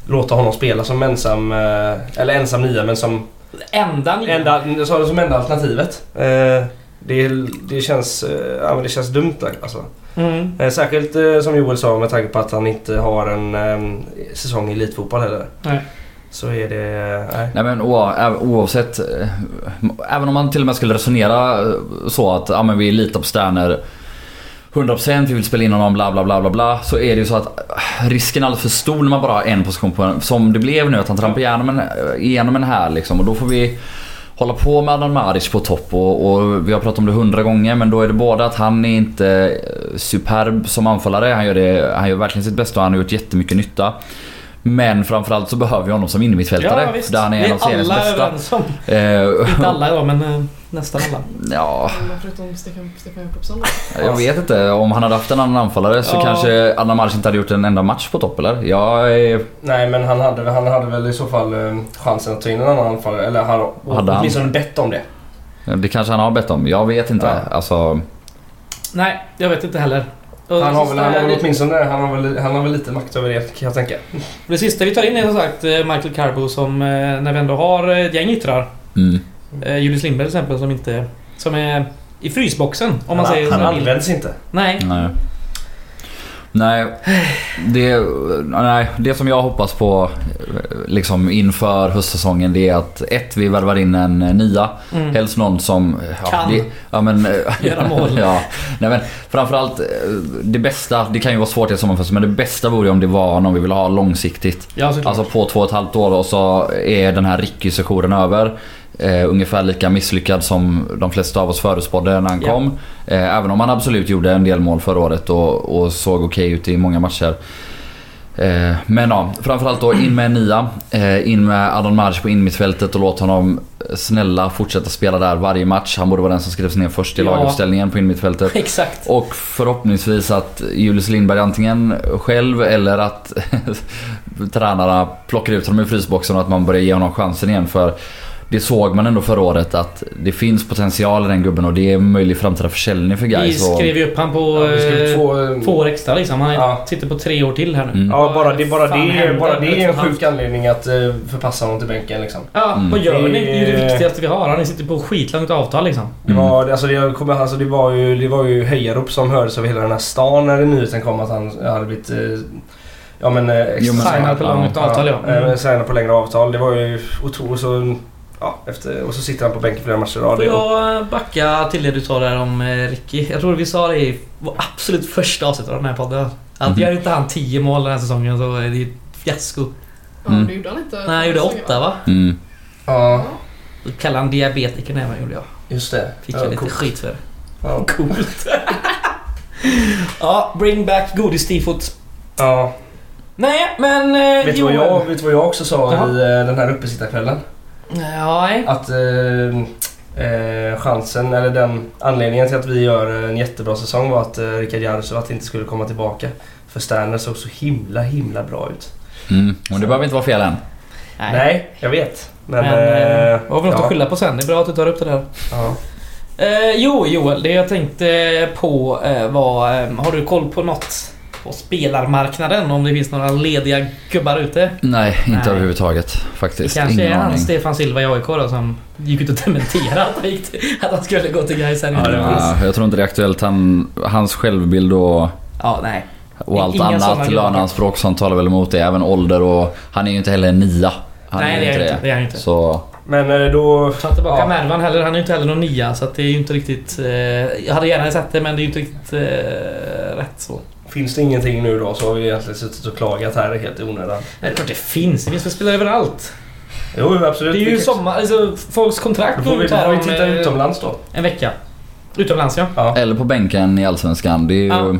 S2: låta honom spela som ensam, eh, eller ensam nia men som
S1: Enda nya.
S2: enda, som som enda alternativet. Eh, det, det, känns, eh, ja, men det känns dumt alltså.
S1: Mm.
S2: Eh, Särskilt eh, som Joel sa med tanke på att han inte har en eh, säsong i elitfotboll heller.
S1: Nej.
S2: Så är det... eh, Nej.
S3: Nej men oa- ä- oavsett. eh, Även om man till och med skulle resonera eh, så att ja, men vi litar på Sterner 100% vi vill spela in honom bla bla bla bla bla. Så är det ju så att eh, risken är alldeles för stor när man bara har en position på en, Som det blev nu att han trampar igenom en, igenom en här liksom. Och då får vi hålla på med Adnan Maric på topp och, och vi har pratat om det hundra gånger men då är det både att han är inte eh, superb som anfallare. Han gör, det, han gör verkligen sitt bästa och han har gjort jättemycket nytta. Men framförallt så behöver vi honom som innermittfältare.
S1: Ja, visst.
S3: där han är
S1: det
S3: en
S1: är
S3: av seriens
S1: alla
S3: bästa.
S1: överens om.
S3: Eh,
S1: Inte alla idag men eh, nästan alla. Ah.
S3: ja,
S4: Men Förutom Stefan, Stefan Jakobsson.
S1: Mm.
S3: jag vet inte. Om han hade haft en annan anfallare så
S1: Ja.
S3: kanske Anna Maric inte hade gjort en enda match på topp eller? Jag är...
S2: men han hade, han hade väl i så fall eh, chansen att ta in en annan anfallare. Eller han,
S3: Hade han?
S2: åtminstone bett om det.
S3: Det kanske han har bett om. Jag vet inte.
S2: Ja.
S3: Alltså,
S1: Nej, jag vet inte heller. Och
S2: Han
S1: det
S2: har, väl,
S1: sista
S2: han, har
S1: är-
S2: väl åtminstone, han, har väl, han har väl lite makt över det kan jag tänka.
S1: Det sista vi tar in är som sagt eh, Michael Carbo som eh, när vi ändå har eh, ett gäng yttrar.
S3: mm.
S1: Eh, Julius Lindberg till exempel som inte... Som är i frysboxen om man
S2: han,
S1: säger
S2: han
S1: så. här.
S2: används inte.
S1: Nej.
S3: Nej. Nej det, nej, det som jag hoppas på eh, liksom inför höstsäsongen det är att ett, vi värvar in en eh, nia.
S1: Mm.
S3: Helst någon som... Ja,
S1: Kan.
S3: Det, ja, men, eh,
S1: Göra mål.
S3: ja. Nej, men, framförallt eh, det bästa, det kan ju vara svårt i sommarfönstret men det bästa vore ju om det var någon vi vill ha långsiktigt.
S1: Ja såklart.
S3: Alltså på två och ett halvt år och så är den här Ricky-sessionen över. Eh, ungefär lika misslyckad som de flesta av oss förutspådde när han
S1: Ja.
S3: kom. Eh, även om han absolut gjorde en del mål förra året och, och såg okej ut i många matcher. Eh, men ja, framförallt då in med en nia. Eh, in med Adon Maric på innermittfältet och låt honom eh, snälla fortsätta spela där varje match. Han borde vara den som skrevs ner först i
S1: Ja.
S3: laguppställningen på innermittfältet.
S1: Exakt.
S3: Och förhoppningsvis att Julius Lindberg antingen själv eller att tränarna plockar ut honom ur frysboxen och att man börjar ge honom chansen igen. För det såg man ändå förra året att det finns potential i den gubben och det är en möjlig framtida försäljning för
S1: Vi
S3: guys. Och,
S1: skrev ju upp han på
S2: Ja, vi skulle
S1: eh,
S2: få, eh,
S1: två år extra liksom. Han
S2: Ja.
S1: sitter på tre år till här nu.
S3: Mm.
S2: Ja, bara det, bara
S1: Fan,
S2: det,
S1: händer
S2: bara det är en
S1: efter
S2: sjuk anledning att eh, förpassa honom till bänken liksom.
S1: Ja,
S3: Mm.
S1: vad gör ni? Det är ju det
S2: Eh.
S1: viktigaste vi har. Han sitter på skitlångt avtal liksom.
S2: Det
S3: Mm.
S2: var, alltså det, kommer, alltså det var ju, det var ju hejarop som hördes över hela den här stan när nyheten kom att han hade blivit... eh, Ja men... eh,
S3: Jo, men-
S2: signad
S1: Signad på långt avtal ja.
S2: eh,
S1: Mm.
S2: signad på längre avtal. Det var ju otroligt. Så, ja, efter, och så sitter han på bänken flera matcher i rad.
S1: Får
S2: Det- och-
S1: jag backa till det du sa där om eh, Ricky? Jag tror vi sa det i vår absolut första avsnitt av den här podden. Att
S3: Mhm.
S1: gör inte han 10 mål den här säsongen så är det ju ett fiasko.
S4: Ja,
S3: Mm.
S4: det gjorde han inte.
S1: Nej, jag gjorde 8 va?
S3: Mm.
S2: Ja,
S1: Då kallade han diabetiker även gjorde jag.
S2: just det.
S1: Fick
S2: Ja,
S1: jag lite
S2: coolt.
S1: skit för.
S2: Ja.
S1: Coolt. ja, bring back godistifot.
S2: Ja.
S1: Nej, men eh,
S2: Vet, du vad
S1: Joel-
S2: jag, vet du vad jag också sa
S1: Jaha.
S2: i eh, den här uppesittarkvällen?
S1: Nej.
S2: Att eh, eh, chansen, eller den anledningen till att vi gör en jättebra säsong var att eh, Rikard Jarosovat inte skulle komma tillbaka. För Sterner såg så himla, himla bra ut.
S3: Mm. Och det behöver inte vara fel än.
S1: Nej.
S2: Nej, jag vet. Men...
S1: Men, eh,
S2: eh,
S1: vad har vi något
S2: ja,
S1: att skylla på sen? Det är bra att du tar upp det där.
S2: ja.
S1: Eh, jo, Joel, det jag tänkte på eh, var... Eh, har du koll på något på spelarmarknaden? Om det finns några lediga gubbar ute?
S3: Nej, inte
S1: Nej.
S3: överhuvudtaget
S1: Det
S3: faktiskt.
S1: kanske
S3: Ingen
S1: är han
S3: aning.
S1: Stefan Silva i AIK då, som gick ut och dementerade att han gick- att han skulle gå till Gais här nu.
S2: Ja, det var-
S3: Ja, jag tror inte det är aktuellt. Han, hans självbild och,
S1: Ja, nej.
S3: och allt
S1: Inga sådana
S3: annat,
S1: gubbar.
S3: löneanspråk som talar väl emot det. Även ålder och han är ju inte heller en nia. Han
S1: nej,
S3: ju
S1: det är inte. Det är han inte.
S3: Så
S2: Men eh, då...
S1: Ta tillbaka
S2: Ja.
S1: Mervan heller. Han är ju inte heller någon nia, så att det är ju inte riktigt... Eh, jag hade gärna sett det, men det är ju inte riktigt eh, rätt så.
S2: Finns det ingenting nu då så har vi egentligen suttit och klagat här helt i onödan.
S1: Nej, det är klart det finns. Det finns väl spelare överallt.
S2: Jo, jo, absolut.
S1: Det är ju
S2: Vi-
S1: sommar, alltså folks
S2: Då
S1: kontrakt
S2: får
S1: går
S2: vi,
S1: ut
S2: då
S1: här
S2: får vi
S1: om
S2: titta
S1: eh,
S2: utomlands då.
S1: en vecka. Utomlands ja.
S2: Ja.
S3: Eller på bänken i Allsvenskan. Det är ju...
S1: Ja.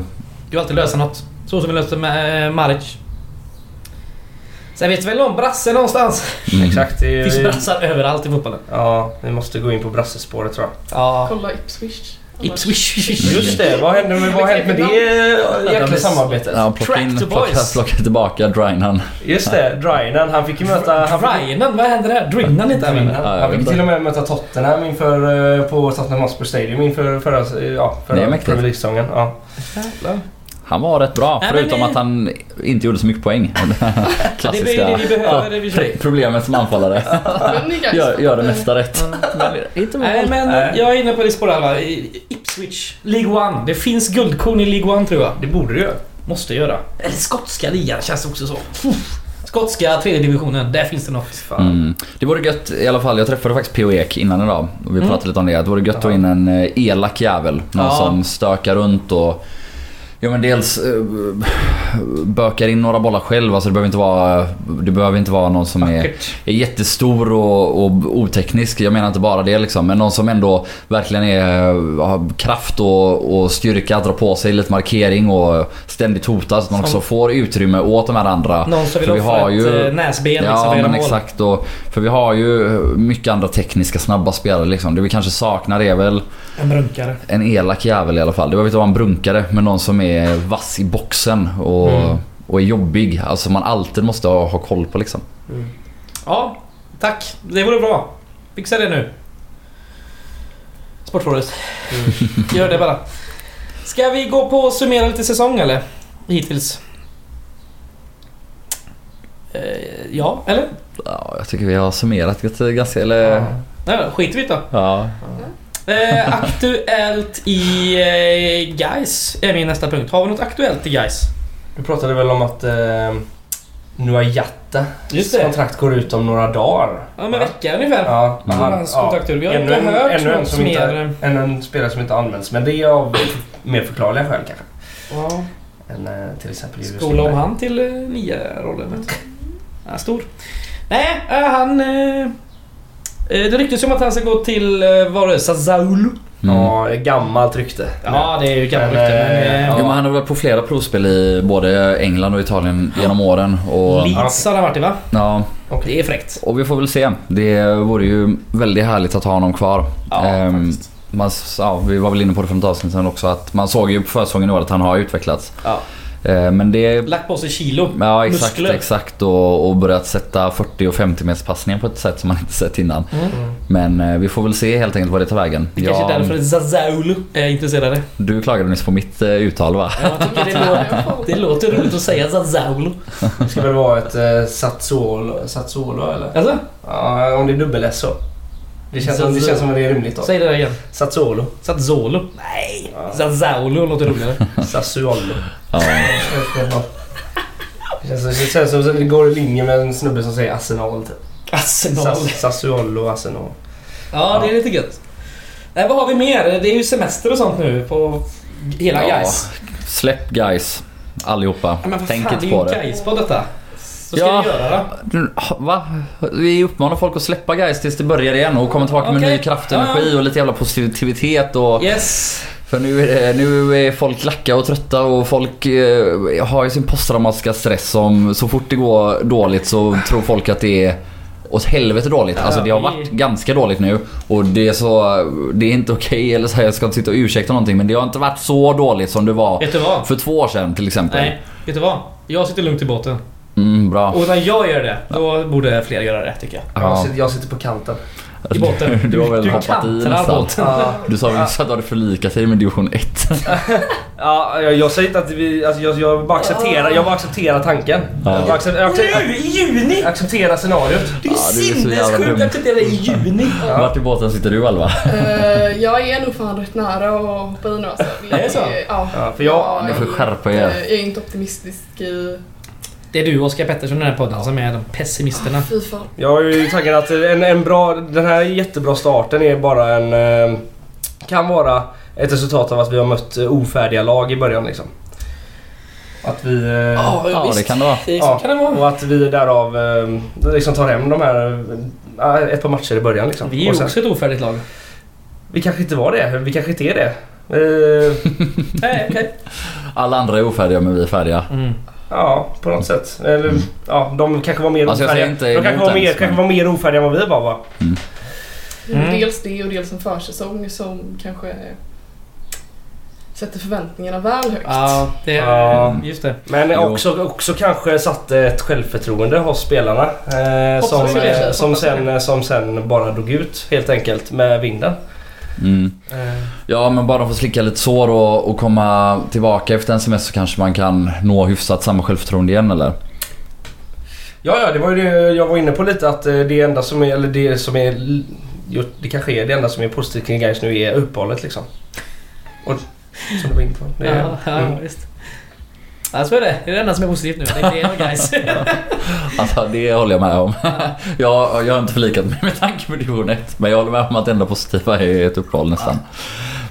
S1: Du alltid lösa något. Så som vi löste med eh, Maric. Sen vet väl någon brasse någonstans.
S3: Mm.
S2: Exakt. Det
S1: Det
S2: är,
S1: finns brassar överallt i fotbollen.
S2: ja, vi måste gå in på brassespåret tror jag.
S1: Ja.
S4: Kolla Ipswich. Annars-
S1: Ipswich.
S2: Just det, vad hände med, vad hände med det jäkla samarbetet?
S3: Ja, plocka,
S1: Track
S3: in,
S1: the
S3: plocka,
S1: boys.
S3: plocka tillbaka Drynan.
S2: Just det, Drynan. Han fick ju möta... Han fick,
S1: Ryanen, vad händer här? Drynan inte
S2: Drynan.
S1: även.
S3: Mm. Ja, jag
S2: Han fick
S3: vet inte.
S2: till och med möta Tottenham inför, eh, på Tottenham Hotspur Stadium inför förra, eh, ja,
S3: Det är
S2: förra
S3: mäktigt.
S2: Premier League-säsongen. Ja.
S3: Han var rätt bra,
S1: Nej, men
S3: förutom
S1: det-
S3: att han inte gjorde så mycket poäng.
S1: Det är det
S3: Klassiska
S1: vi behöver. Det vi
S3: Pre- problemet som anfallare.
S4: Men ni guys,
S3: Gör, gör det mesta rätt. Inte
S1: Nej men eh,
S2: Nej.
S1: jag är inne på det spåret Alva. I- Ipswich. League One. Det finns guldkorn i League One tror jag.
S2: Det borde du ju.
S1: Måste göra. Eller skotska ligan känns också så. Uff. Skotska tredje divisionen. Där finns det något.
S3: Mm. Det vore gött i alla fall. Jag träffade faktiskt P.O. Ek innan idag och vi pratade lite om det. Det vore gött att ha in en eh, elak jävel.
S1: Mm.
S3: Någon
S1: Ja.
S3: som stökar runt och Ja men dels eh, bökar in några bollar själv. Alltså det behöver inte vara, det behöver inte vara någon som är,
S1: Vackert.
S3: är jättestor och, och oteknisk. Jag menar inte bara det liksom. Men någon som ändå verkligen är, har kraft och, och styrka att dra på sig lite markering och ständigt hota. Så att man
S1: Som-
S3: också får utrymme åt de här andra.
S1: Någon som vill
S3: För vi
S1: offra
S3: har
S1: ett
S3: ju-
S1: eh, näsben liksom,
S3: Ja
S1: för era
S3: men
S1: mål.
S3: exakt. Och, för vi har ju mycket andra tekniska snabba spelare liksom. Det vi kanske saknar är väl
S1: En brunkare.
S3: en elak jävel i alla fall. Det behöver inte vara en brunkare men någon som är vass i boxen och,
S1: Mm.
S3: och är jobbig. Alltså man alltid måste ha, ha koll på liksom.
S1: Mm. Ja, tack. Det vore bra. Fixa det nu. Sportrådet. Gör det bara. Ska vi gå på och summera lite säsong eller? Hittills. Eh, Ja, eller?
S3: Ja, jag tycker vi har summerat ganska- ganska... Eller, ja.
S1: Nej, skiter vi i det då.
S3: Mm.
S1: Eh, aktuellt i eh, Guys är min nästa punkt. Har vi något aktuellt i Guys?
S2: Du pratade väl om att eh, Nuayatta
S1: Just det.
S2: kontrakt går ut om några dagar?
S1: Ja, om en vecka ungefär.
S2: Ja,
S3: Mm.
S2: han-
S1: Hans
S2: ja.
S1: kontrakt ut. Vi har
S2: Ännu
S1: inte
S2: en-
S1: hört
S2: ännu en
S1: något
S2: som inte-
S1: mer.
S2: Ännu en spelare som inte används, men det är av mer förklarliga skäl kanske.
S1: Ja.
S2: Än eh, till exempel Julius
S1: Skola om
S2: Lindberg.
S1: han till eh, nya rollen. vet du. Han är stor. Nej, eh, han... eh, eh, Det ryktas ju om att han ska gå till, eh, var det Sazaulu?
S3: Mm.
S2: Ja, det är gammalt rykte.
S1: Ja, det är ju gammalt
S2: Men,
S1: rykte
S2: eh,
S1: men...
S3: Jo,
S1: eh,
S3: men han har varit på flera provspel i både England och Italien genom åren. Och,
S1: Leeds har han varit i va?
S3: ja,
S1: Det är fräckt.
S3: och vi får väl se. Det vore ju väldigt härligt att ha honom kvar.
S1: Ja,
S3: Ehm,
S1: faktiskt.
S3: man, s- ja, vi var väl inne på det för något avsnitt sedan också att man såg ju på försäsongen i år att han har utvecklats.
S1: Ja.
S3: Ehm, Men det...
S1: Lagt på sig kilo.
S3: Ja exakt,
S1: Muskler.
S3: exakt och, och börjat sätta 40 och 50 meters passningar på ett sätt som man inte sett innan.
S1: Mm.
S3: Men eh, vi får väl se helt enkelt vad det tar vägen.
S1: Det kanske är därför Zazaulu är intresserade.
S3: du klagade nyss på mitt eh, uttal va?
S1: Jag tycker det, låter, det låter roligt att säga Zazaulu.
S2: Det ska väl vara ett eh, Sassuolo, Sassuolo eller?
S1: Alltså,
S2: Ja, om det är dubbel-S så. Det känns, som, det känns som att det är rimligt då.
S1: säg det där igen.
S2: Sassuolo.
S1: Sazolo. Nej, Zazaulu låter roligare.
S2: Sassuolo.
S3: Ja.
S2: Det känns, det känns som att det går i linje med en snubbe som säger Arsenal typ.
S1: Arsenal.
S2: Sas- Sassuolo, Arsenal.
S1: Ja, det är lite gött. Nej, vad har vi mer? Det är ju semester och sånt nu på hela
S3: Ja,
S1: Gais.
S3: Släpp guys allihopa.
S1: Ja, men vad
S3: Tänk
S1: fan, det
S3: inte
S1: är ju
S3: på det.
S1: Gais på detta. Så ska
S3: Ja.
S1: vi göra då.
S3: Va? Vi uppmanar folk att släppa guys tills det börjar igen och komma tillbaka med
S1: Okej.
S3: ny kraft och energi och lite jävla positivitet och...
S1: Yes.
S3: För nu är, det, nu är folk lacka och trötta och folk eh, har ju sin posttraumatiska stress som så fort det går dåligt så tror folk att det är åt helvete dåligt. Alltså det har varit ganska dåligt nu och det är så... Det är inte okej eller så här, jag ska inte sitta och ursäkta någonting men det har inte varit så dåligt som det var
S1: Vet du vad?
S3: för två år sedan till exempel.
S1: Nej, vet du vad? Jag sitter lugnt i båten.
S3: Mm, bra.
S1: Och när jag gör det, då borde fler göra det tycker jag.
S2: Jag,
S3: Ja.
S2: sitter, jag sitter på kanten.
S1: I båten.
S3: Du har väl
S1: du
S3: hoppat i
S1: kantrar
S3: nästan.
S1: båten.
S2: Ja.
S3: Du sa väl nyss att du hade förlikat dig med division 1?
S2: Ja, jag, jag säger inte att vi... Alltså jag, jag, bara accepterar, jag bara accepterar tanken.
S3: Ja.
S2: Jag, bara accept, jag, accept,
S1: Nu i juni!
S2: jag accepterar scenariot.
S1: Det är ju
S3: Ja, du är så jävla
S1: sinnessjukt
S3: dum.
S1: att det är i juni.
S3: Vart i båten sitter du Alva?
S4: eh, jag är nog fan rätt nära att hoppa i nu alltså.
S1: Är det så?
S4: Ja.
S2: Ja, för jag-
S3: Ni får skärpa er.
S4: eh, Jag är inte optimistisk i...
S1: Det är du och Oskar Pettersson i den här podden som är de pessimisterna.
S4: Fy fan.
S2: Jag är ju taggad att en, en bra, den här jättebra starten är bara en... eh, Kan vara ett resultat av att vi har mött eh, ofärdiga lag i början liksom. Att vi... eh,
S4: Ja,
S3: Ja,
S4: visst.
S3: det kan det vara.
S1: Det
S2: Ja.
S1: kan det vara.
S2: Och att vi därav eh, liksom tar hem de här eh, ett par matcher i början liksom.
S1: Vi är
S2: Och
S1: ju
S2: sen-
S1: också ett ofärdigt lag.
S2: vi kanske inte var det. Vi kanske inte är det. Eh,
S1: Nej, okej.
S3: Alla andra är ofärdiga men vi är färdiga.
S1: Mm.
S2: ja, på något sätt. Eller ja, de kanske var mer
S3: Mm. Alltså, jag säger
S2: ofärdiga.
S3: inte
S2: De kanske
S3: emot
S2: var mer,
S3: ens,
S2: kanske var mer ofärdiga än vad vi var va?
S1: Mm.
S4: Dels det och dels en försäsong som kanske sätter förväntningarna väl högt.
S1: Ja, det,
S2: Ja.
S1: just det.
S2: Men
S3: Jo.
S2: också, också kanske satte ett självförtroende hos spelarna. Eh,
S1: Hoppas
S2: som,
S1: vi det.
S2: eh, som,
S1: Hoppas vi
S2: sen, som sen bara dog ut helt enkelt med vinden.
S3: Mm.
S2: Eh,
S3: Ja men bara de får slicka lite sår och, och komma tillbaka efter en semester så kanske man kan nå hyfsat samma självförtroende igen eller?
S2: Ja, ja, det var ju det jag var inne på lite att eh, det enda som är, eller det som är, l- jo, det kanske är det enda som är positivt kring guys nu är uppehållet liksom. Och, som du var inne på. Det, är-
S1: Ja, ja,
S2: mm.
S1: visst. Ja, så är det. Det är det enda som är positivt nu. Det är det, guys.
S3: Alltså det håller jag med om. Jag, jag har inte förlikat mig med tanke på division 1 men jag håller med om att det enda positiva är ett uppehåll nästan.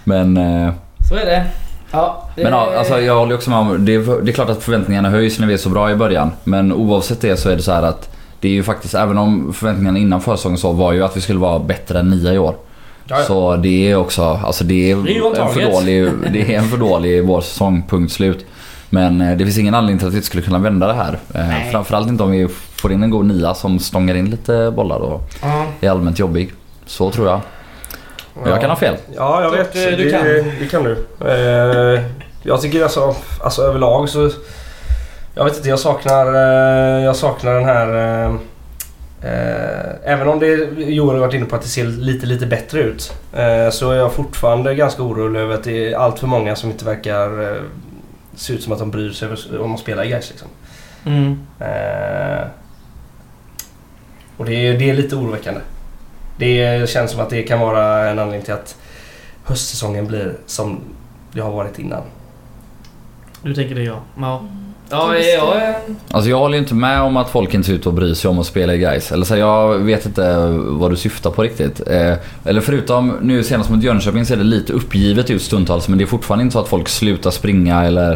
S3: Men, eh,
S1: Så är det. Ja, det
S3: men ja, alltså, jag håller också med om det är, det är klart att förväntningarna höjs när vi är så bra i början men oavsett det så är det så här att det är ju faktiskt, även om förväntningarna innan försäsongen så var ju att vi skulle vara bättre än nia i år.
S2: Ja, ja.
S3: Så det är också, alltså det är,
S1: Det är ju on
S3: en, för
S1: target.
S3: dålig, det är en för dålig vårsäsong, punkt slut. Men eh, det finns ingen anledning till att vi inte skulle kunna vända det här. Eh,
S1: Nej.
S3: Framförallt inte om vi får in en god nia som stångar in lite bollar och
S1: Ja.
S3: är allmänt jobbig. Så tror jag. Men Jag kan ha fel.
S2: Ja, jag vet.
S1: eh, Du- du
S2: det,
S1: kan.
S2: Det kan du. Eh, jag tycker alltså, alltså överlag så... Jag vet inte, jag saknar, eh, jag saknar den här... Eh, eh, även om det Johan har varit inne på att det ser lite, lite bättre ut. Eh, så är jag fortfarande ganska orolig över att det är allt för många som inte verkar eh, se ut som att de bryr sig över- om att spela i Gais liksom.
S1: Mm.
S2: Eh, och det är, det är lite oroväckande. Det känns som att det kan vara en anledning till att höstsäsongen blir som det har varit innan.
S1: Du tänker det, ja. Ja,
S4: Ja,
S1: ja,
S4: visst.
S1: ja, ja.
S3: Alltså jag håller ju inte med om att folk inte ser ut att bry sig om att spela i guys. Eller så här, jag vet inte vad du syftar på riktigt. Eh, eller förutom nu senast mot Jönköping så är det lite uppgivet ut stundtals men det är fortfarande inte så att folk slutar springa eller...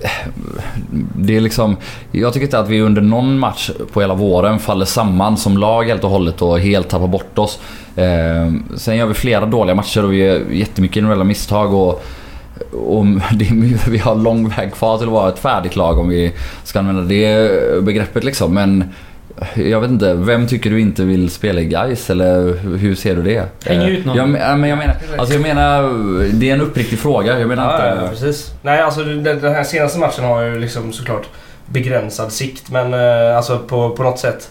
S3: Eh, Det är liksom... Jag tycker inte att vi under någon match på hela våren faller samman som lag helt och hållet och helt tappar bort oss. Eh, sen gör vi flera dåliga matcher och vi gör jättemycket individuella misstag och... och det är, vi har lång väg kvar till att vara ett färdigt lag om vi ska använda det begreppet liksom. Men jag vet inte, vem tycker du inte vill spela i Gais eller hur ser du det?
S1: Häng
S3: Eh,
S1: ut någon.
S3: Jag, men- ja, men jag menar, alltså jag menar, det är en uppriktig fråga. Jag menar
S2: Ja, ja,
S3: inte...
S2: precis. Nej, alltså den, den här senaste matchen har ju liksom såklart begränsad sikt men eh, alltså på, på något sätt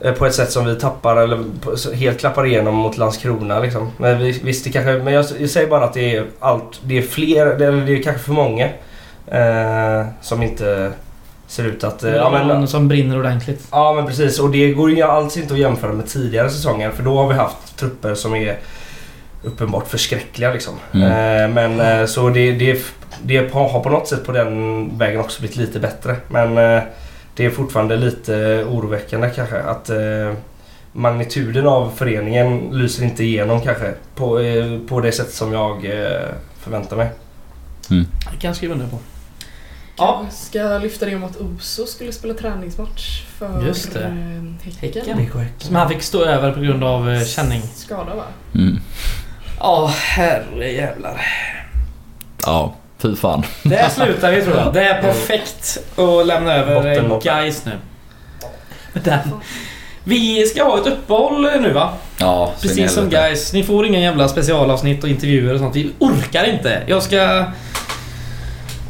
S2: eh, på ett sätt som vi tappar eller på- så- helt klappar igenom mot Landskrona liksom. Men vi, visst, det kanske, men jag, jag säger bara att det är allt, det är fler, det, eller det är kanske för många eh, som inte ser ut att... eh, ja, men,
S1: Någon som brinner ordentligt.
S2: Ja men precis och det går ju alls inte att jämföra med tidigare säsonger för då har vi haft trupper som är uppenbart förskräckliga liksom.
S3: Mm.
S2: Eh, men eh, så det, det, det har på något sätt på den vägen också blivit lite bättre. Men eh, det är fortfarande lite oroväckande kanske att eh, magnituden av föreningen lyser inte igenom kanske på, eh, på det sätt som jag eh, förväntar mig.
S1: Det kan jag skriva under på. Ja.
S4: Ja. Ska lyfta det om att Oso skulle spela träningsmatch för
S1: Just det.
S4: eh, Häcken.
S1: Häcken. Som han fick stå över på grund av eh, känning.
S4: Skada va?
S3: Mm.
S1: Ja, herre jävlar.
S3: Ja, fy fan.
S1: Där slutar vi tror jag. Det är perfekt att lämna över eh,
S2: Bottenlopp.
S1: guys nu. Men där. Vi ska ha ett uppehåll eh, nu va?
S3: Ja, så in i
S1: Precis som
S3: helvete.
S1: guys, ni får inga jävla specialavsnitt och intervjuer och sånt. Vi orkar inte. Jag ska...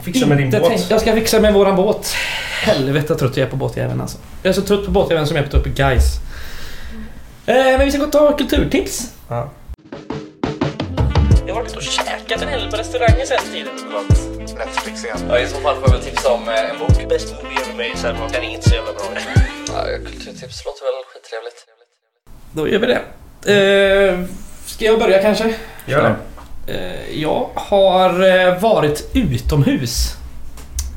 S2: Fixa med din
S1: inte
S2: båt.
S1: tänk- jag ska fixa med våran båt. Helvete vad trött jag är på båtjäveln alltså. Jag är så trött på båtjäveln som jag är på typ guys. Eh, men vi ska gå och ta kulturtips.
S2: Ja.
S1: Jag har varit och käkat en hel på restaurangen sen tiden.
S5: Netflix igen.
S3: Ja, I så fall får jag väl tipsa om eh, en bok.
S2: Bäst movie med mig så man kan inte så jävla bra.
S3: Ja, kulturtips låter väl skittrevligt.
S1: Då gör vi det. Eh, ska jag börja kanske?
S2: Gör det.
S1: Eh, jag har eh, varit utomhus.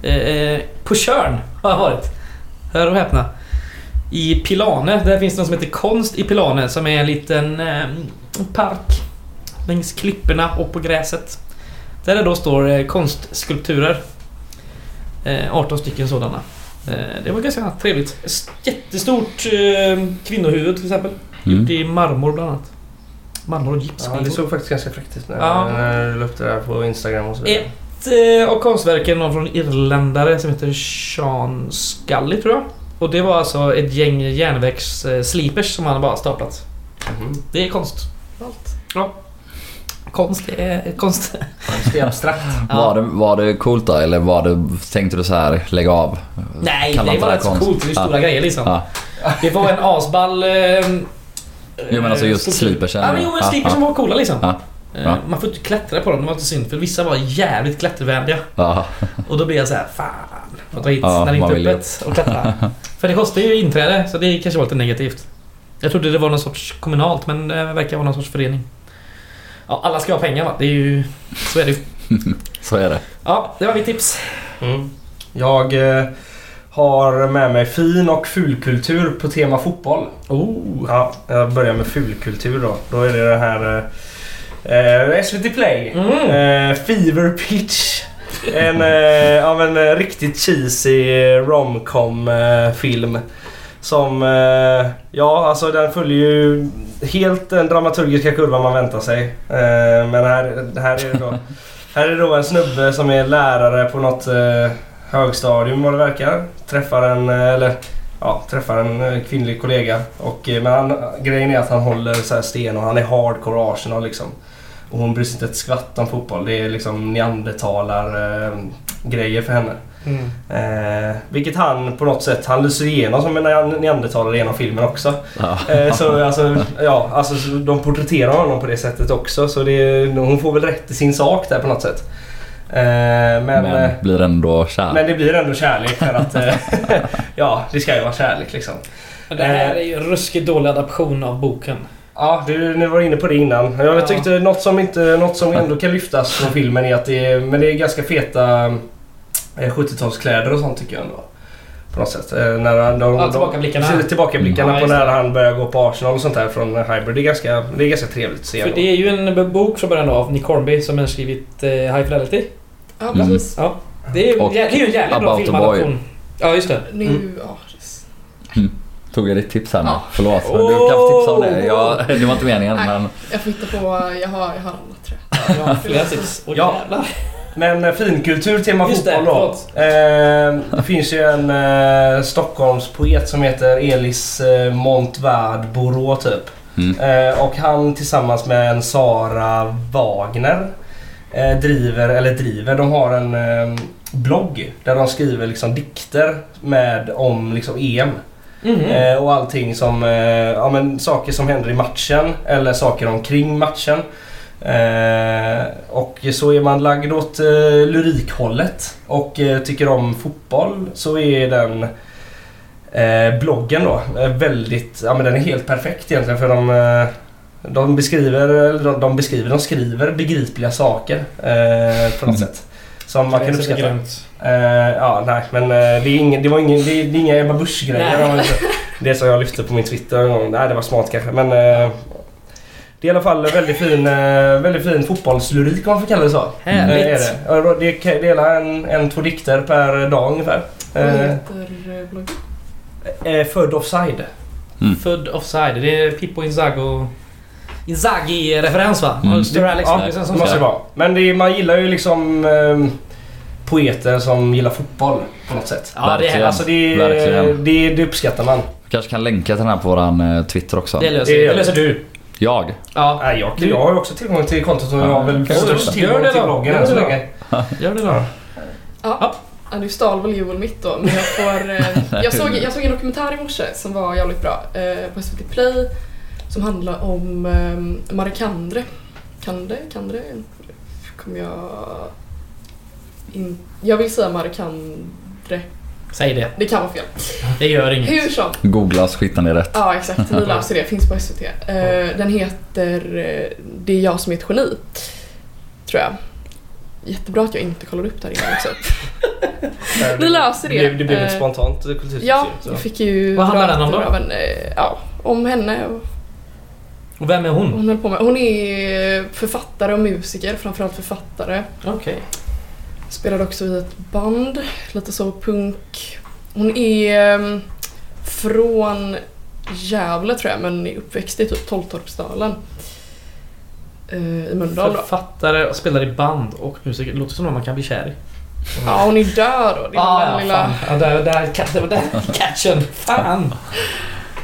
S1: Eh, på Tjörn har jag varit. Hör och häpna. I Pilane. Där finns det något som heter Konst i Pilane som är en liten eh, park. Längs klipporna och på gräset. Där det då står eh, konstskulpturer. Eh, 18 stycken sådana. Eh, det var ganska trevligt. S- Jättestort eh, kvinnohuvud till exempel.
S3: Mm.
S1: Gjort i marmor bland annat. Marmor och gips.
S2: Ja, det såg faktiskt ganska fräckt ut när,
S1: Ja.
S2: när du la upp det där på Instagram och så vidare.
S1: Ett eh, av konstverken någon från irländare som heter Sean Scully tror jag. Och det var alltså ett gäng järnvägsslipers som han bara staplat.
S2: Mhm.
S1: Det är konst.
S4: Allt.
S1: Konst är konst.
S2: Det är abstrakt.
S1: Ja.
S3: Var, det, var det coolt då eller var det, tänkte du så här lägg av?
S1: Nej,
S3: Kallar
S1: det
S3: inte
S1: var
S3: det
S1: rätt så
S3: konst.
S1: coolt. Det är ju
S3: Ja.
S1: stora grejer liksom.
S3: Ja.
S1: Det var en asball... Eh,
S3: Jo men alltså just
S1: skulptur.
S3: slipersen.
S1: Ja men jo men
S3: Ja,
S1: slipers
S3: ja,
S1: som var coola liksom.
S3: Ja.
S1: Eh,
S3: Ja.
S1: Man får inte klättra på dem, det var inte synd. För vissa var jävligt klättervänliga.
S3: ja.
S1: Och då blir jag så här, fan. Får dra hit
S3: Ja,
S1: när det
S3: man
S1: inte
S3: vill
S1: är
S3: ju.
S1: öppet och klättra. för det kostar ju inträde, så det kanske var lite negativt. Jag trodde det var någon sorts kommunalt, men det verkar vara någon sorts förening. Ja, alla ska ha pengar va? Det är ju... Så är det ju.
S3: Så är det.
S1: Ja, det var mitt tips.
S2: Mm. Jag eh, har med mig fin och fulkultur på tema fotboll.
S1: Oh.
S2: Ja, jag börjar med fulkultur då. Då är det det här eh, eh, SVT Play.
S1: Mm.
S2: Eh, Fever Pitch. En, eh, av en eh, riktigt cheesy eh, romcom eh, film. Som, eh, ja alltså den följer ju helt den dramaturgiska kurvan man väntar sig. Eh, men här, här är det då här är det då en snubbe som är lärare på något eh, högstadium vad det verkar. Träffar en, eh, eller ja, träffar en eh, kvinnlig kollega. Och, eh, men han, grejen är att han håller så här sten och han är hardcore Arsenal liksom. Och hon bryr sig inte ett skvatt om fotboll. Det är liksom neandertalar eh, grejer för henne.
S1: Mm.
S2: Eh, vilket han på något sätt, han lyser igenom som en nean- neandertalare genom filmen också.
S3: Ja.
S2: Eh, så alltså, ja, alltså så de porträtterar honom på det sättet också. Så det, hon får väl rätt i sin sak där på något sätt. Eh, men,
S3: Men,
S2: eh,
S3: blir ändå kär.
S2: men det blir ändå kärlek för att... eh, ja, det ska ju vara kärlek liksom.
S1: Det här är ju en ruskigt dålig adaption av boken.
S2: Ja, du ni var inne på det innan. Jag
S1: Ja.
S2: tyckte något som, inte, något som ändå kan lyftas från filmen är att det är, men det är ganska feta eh, 70-talskläder och sånt tycker jag ändå. På något sätt. Eh, När han- de,
S1: Ja, tillbakablickarna.
S2: De, tillbakablickarna
S1: Mm.
S2: på
S1: Ja, just
S2: när
S1: det.
S2: han börjar gå på Arsenal och sånt där från Hybrid. Det är ganska, det är ganska trevligt att se.
S1: För
S2: ändå.
S1: det är ju en b- bok från början av Nick Hornby som har skrivit eh, High Fidelity.
S4: Ja,
S3: Mm.
S4: precis.
S1: Ja. Det är ju en
S3: Och
S1: jä- det är ju en jävligt bra
S3: About a Boy.
S1: filmadaption. Ja, just det.
S4: Nu, ja. precis.
S3: Tog jag ditt tips här nu?
S4: Ja.
S3: Förlåt. men Du kan få tipsa om det. Jag, det var inte meningen
S4: Nej.
S3: men...
S4: Jag får hitta på, jag har, jag har annat tror jag.
S1: Ja, det var flera tips. Åh
S2: Ja.
S1: jävlar.
S2: Men eh, finkultur, tema
S1: Just det,
S2: fotboll då. Eh, det finns ju en eh, Stockholmspoet som heter Elis eh, Montvärd Borå typ.
S3: Mm.
S2: Eh, och han tillsammans med en Sara Wagner eh, driver, eller driver, de har en eh, blogg där de skriver liksom dikter med, om liksom EM.
S1: Mhm.
S2: Eh, och allting som, eh, ja men saker som händer i matchen eller saker omkring matchen. Eh, och så är man lagd åt eh, lyrikhållet och eh, tycker om fotboll så är den eh, bloggen då eh, väldigt, ja men den är helt perfekt egentligen för de eh, de beskriver, eller de, de beskriver, de skriver begripliga saker eh, på något sätt. Som man kan
S1: Det är så
S2: uppskatta.
S1: grönt.
S2: Eh, ja, nej, men eh, det, är ingen, det, var ingen, det, det är inga Ebba Busch-grejer.
S1: Nej.
S2: om man inte- Det som jag lyfte på min Twitter en gång. Nej, det var smart kanske. Men eh, det är i alla fall en väldigt fin, eh, väldigt fin fotbollslyrik om man får kalla det så. Eh,
S1: Härligt.
S2: är det. Ja, då- det är det är hela en, en, två dikter per dag ungefär.
S4: Vad
S2: Eh,
S4: heter eh, bloggen?
S2: eh, Född offside.
S1: Mm. Född offside. Det är Pippo Inzago... Inzaghi-referens va?
S3: Mm.
S1: Och Sir Alex
S2: Ja,
S1: Ferguson
S2: liksom det
S1: som
S2: måste det
S1: sa.
S2: vara. Men det är, man gillar ju liksom eh, poeter som gillar fotboll på något sätt.
S1: Ja, det är
S3: Verkligen.
S2: Alltså det, är-
S3: Verkligen.
S2: det, det uppskattar man.
S3: Kanske kan länka till den här på våran eh, Twitter också.
S1: Det löser,
S2: Det gör
S1: det löser du.
S3: Jag?
S1: Ja,
S2: Nej, jag, jag har ju också tillgång till kontot och jag har väl
S3: Okej.
S2: störst
S1: Gör
S2: tillgång
S1: det
S2: till
S1: då.
S2: bloggen
S1: Gör
S2: än så
S1: det då.
S2: länge.
S1: gör det då.
S2: Ja.
S4: Ja. Ja, du stal väl Joel mitt då, men jag får... Eh, jag, såg, jag såg en dokumentär i morse som var jävligt bra eh, på SVT Play som handlar om eh, Marie Kandre. Kandre? Kandre? Kommer jag... In, jag vill säga Marie Kandre.
S1: Säg det.
S4: Det kan vara fel.
S1: Det gör inget.
S4: Hur som.
S3: Googla så hittar ni rätt.
S4: Ja, exakt. Ni löser det. Finns på SVT. Eh, den heter eh, Det är jag som är ett geni. Tror jag. Jättebra att jag inte kollade upp det här innan också. Vi löser det.
S2: Eh, Det blev ett
S4: Eh,
S2: spontant kulturtips.
S4: Ja,
S2: ju, så.
S4: jag fick ju...
S1: Vad handlar
S4: bra-
S1: den om då?
S4: bra vän, eh, ja, om henne. och
S1: Och vem är
S4: vad
S1: hon?
S2: Mm.
S4: Hon, höll på med. hon är författare och musiker, framförallt författare.
S1: Okej.
S4: Spelade också i ett band, lite så punk. Hon är ehm, från Gävle tror jag, men är uppväxt i typ Tolltorpsdalen. Eh, I Mölndal då.
S1: Författare och spelar i band och musiker. Det låter som någon man kan bli kär i.
S4: Ja, hon är där då. Det är
S1: Ah,
S4: den
S1: ja,
S4: lilla...
S1: fan. Ja, där, där, kat- det var där catchen. Fan!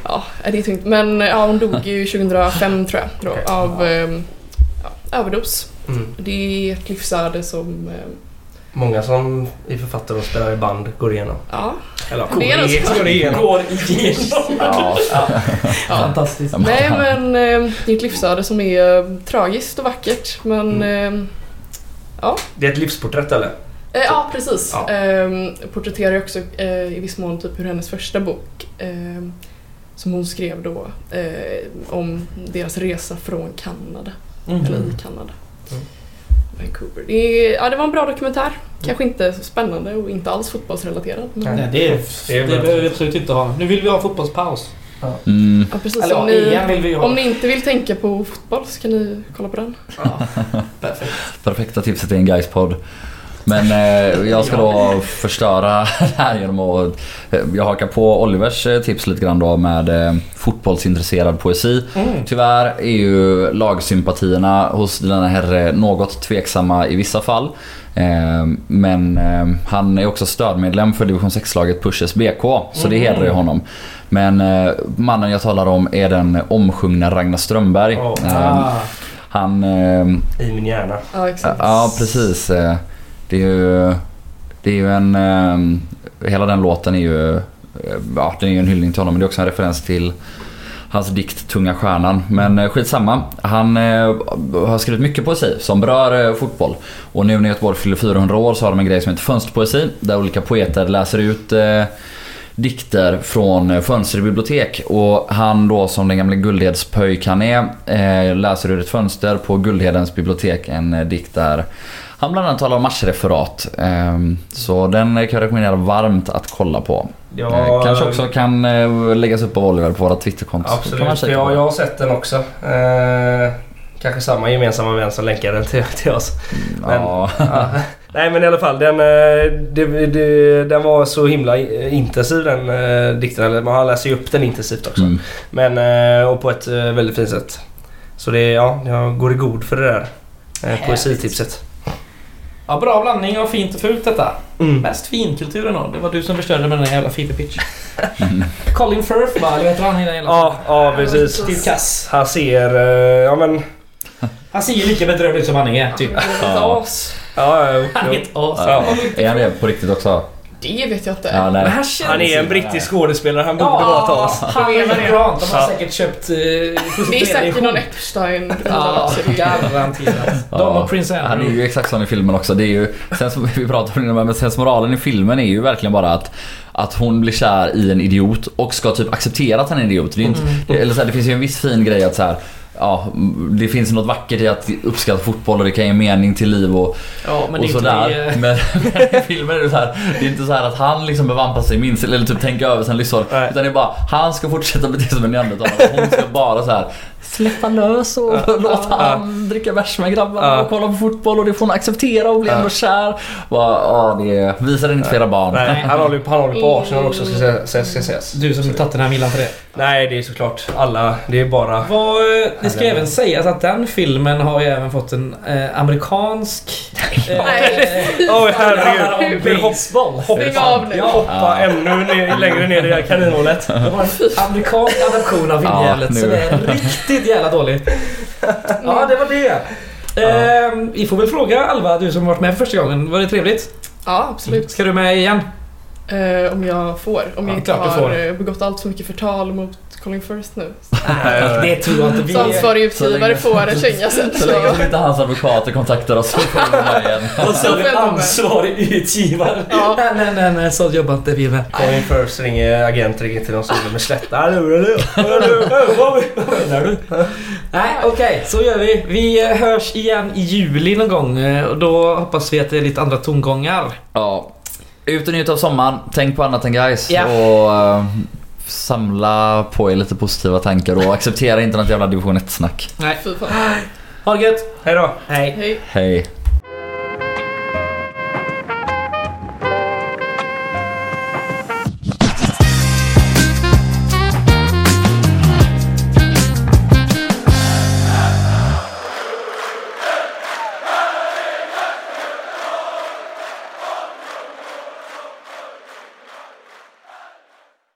S4: Ja, det är tungt. Men eh, ja, hon dog ju 2005 tror jag, då,
S1: Okej.
S4: av ehm, ja, överdos.
S2: Mm.
S4: Det är ett livsöde som... ehm,
S2: Många som är författare och spelar i band går igenom.
S4: Ja,
S2: Eller
S4: Det är det som-
S2: går igenom.
S1: Går igenom.
S3: Ja,
S4: ja.
S1: Fantastiskt.
S4: Nej men eh, det är ett livsöde som är eh, tragiskt och vackert
S1: Mm.
S4: men... eh,
S2: Det är ett livsporträtt eller?
S4: Eh, ja precis.
S2: Ja.
S4: Eh, porträtterar ju också eh, i viss mån typ hur hennes första bok eh, som hon skrev då eh, om deras resa från Kanada.
S1: Mm.
S4: Eller i Kanada.
S2: Mm.
S4: Vancouver. Det, är, ja, det var en bra dokumentär. Kanske inte så spännande och inte alls fotbollsrelaterad. Men,
S1: Mm. Nej, det, är,
S2: Det är
S1: det
S2: väl-
S1: behöver vi absolut inte ha. Nu vill vi ha fotbollspaus.
S3: mm,
S4: ja, precis,
S1: Eller
S4: om,
S1: ja,
S4: ni,
S1: EM vill vi ha.
S4: om ni inte vill tänka på fotboll så kan ni kolla på den.
S1: Ja, perfekt.
S3: perfekta tipset i en Gais-podd. Men eh, jag ska då förstöra det här genom att... eh, Jag hakar på Olivers eh, tips lite grann då med eh, fotbollsintresserad poesi.
S1: Mm.
S3: Tyvärr är ju lagsympatierna hos denna herre något tveksamma i vissa fall. Eh, Men eh, han är också stödmedlem för division 6-laget Pushes BK, så det hedrar ju honom. Men eh, mannen jag talar om är den omsjungna Ragnar Strömberg.
S2: Åh.
S3: Eh,
S1: Ah.
S3: Han... eh,
S2: I min hjärna.
S4: Ja,
S3: Ja,
S4: exakt.
S3: ja precis. Eh, Det är ju, det är ju en... eh, Hela den låten är ju... eh, Ja, den är ju en hyllning till honom men det är också en referens till hans dikt Tunga Stjärnan. Men eh, skitsamma. Han eh, har skrivit mycket poesi som berör eh, fotboll. Och nu när Göteborg fyller 400 år så har de en grej som heter fönsterpoesi. Där olika poeter läser ut eh, dikter från eh, fönster i bibliotek. Och han då som den gamle Guldhedspöjk han är eh, läser ur ett fönster på Guldhedens bibliotek en eh, dikt där han bland annat talar om matchreferat. Eh, så den eh, kan jag rekommendera varmt att kolla på. Eh, kanske också kan eh, läggas upp av Oliver på våra Twitterkonton. så kan man
S2: Absolut,
S3: kika
S2: ja,
S3: på.
S2: jag har sett den också. Eh, kanske samma gemensamma vän som länkar den till, till oss. Men,
S3: Ja.
S2: ja. Nej men i alla fall, den, eh, det, det, den var så himla eh, intensiv den eh, dikten. Eller Man läser ju upp den intensivt också.
S3: Mm.
S2: Men, eh, och på ett eh, väldigt fint sätt. Så det, ja, jag går i god för det där eh, poesitipset.
S1: Ja, bra blandning av fint och fult detta.
S2: Mm.
S1: Mest finkulturen då. Det var du som förstörde med den här jävla feederpitch. Colin Firth bara, eller heter han i den jävla...
S2: Ja, ja precis.
S1: Till kass.
S2: Han ser, eh, ja men...
S1: Han ser ju lika bedrövlig ut som han är, typ.
S4: Det är ett
S3: Ja.
S4: as.
S2: Ja, ja,
S1: Han är
S2: jo.
S1: ett as.
S3: Ja. Är han det på riktigt också?
S4: Det vet jag inte.
S3: Ja,
S1: Men
S3: nej.
S1: han känns...
S2: Han är en brittisk skådespelare, han borde vara ett as.
S1: han är väl grant. De har
S2: Ja.
S1: säkert köpt... eh,
S4: Det är säkert någon Epstein.
S1: Ja, garanterat. De och Prince
S3: Han är
S1: Andrew. Mm.
S3: ju exakt som i filmen också. Det är ju, sen som vi pratade om det innan, men sensmoralen i filmen är ju verkligen bara att att hon blir kär i en idiot och ska typ acceptera att han är en idiot. Det, är ju inte, det, eller så här, det finns ju en viss fin grej att så här, ja, det finns något vackert i att uppskatta fotboll och det kan ge mening till liv och,
S1: Ja, men det
S3: och
S1: är inte... eh.
S3: sådär.
S1: det-
S3: Men, men i filmen är det så här, det är inte så här att han liksom behöver anpassa sig minst eller typ tänka över sina lyssor.
S2: Nej.
S3: Utan det är bara, han ska fortsätta bete sig som en neandertalare och hon ska bara så här släppa lös och låta han dricka bärs med grabbarna
S2: Ja.
S3: och kolla på fotboll och det får hon acceptera och bli ändå kär. Bara, ja, det är, visa det inte för era barn.
S2: Nej, han håller ju han håller ju på Arsenal också ska sä- sä- ska sägas.
S1: Du som tagit den här millan för det.
S2: Nej, det är såklart alla. Det är bara...
S1: Vad, eh, det ska även sägas att den filmen har ju även fått en eh, amerikansk... Eh,
S4: Nej.
S2: Åh
S1: det handlar om
S2: herregud! Vi hopp,
S1: baseball.
S4: Stäng av nu.
S2: jag hoppar ännu ner, längre ner i det här kaninhålet.
S1: Det var en amerikansk adaption av
S3: Ja,
S1: filmjävlet så
S3: nu.
S1: det är riktigt jävla dåligt. Ja, det var det. Ehm, vi får väl fråga Alva, du som varit med för första gången. Var det trevligt?
S4: Ja, absolut.
S1: Ska du med igen?
S4: Eh, om jag får. Om
S1: Ja,
S4: jag inte
S1: klart du
S4: har
S1: får.
S4: eh, begått allt för mycket förtal mot Colin Firth nu.
S1: det tror jag inte.
S4: Så ansvarig
S3: så länge-
S4: utgivare får en känga sen.
S3: Så
S4: Så.
S3: länge som inte hans advokater kontaktar oss så får vi vara igen.
S1: Och så
S4: får jag
S1: en
S4: vara med.
S1: ansvarig utgivare.
S4: Ja.
S1: Nej, nej, nej, nej, så jobbar inte vi med.
S2: Colin Firth ringer agent ringer till någon som med slätta. Hallå, hallå, hallå, hallå.
S1: Menar du? Nej, okej, så gör vi. Vi eh, hörs igen i juli någon gång eh, och då hoppas vi att det är lite andra tongångar.
S3: Ja. Ut och njut av sommaren, tänk på annat än guys
S1: Ja.
S3: och eh, samla på er lite positiva tankar och acceptera inte något jävla division 1-snack.
S1: Nej.
S4: Fy fan.
S1: Ha det gött!
S2: Hej då.
S1: Hej!
S4: Hej.
S3: Hej.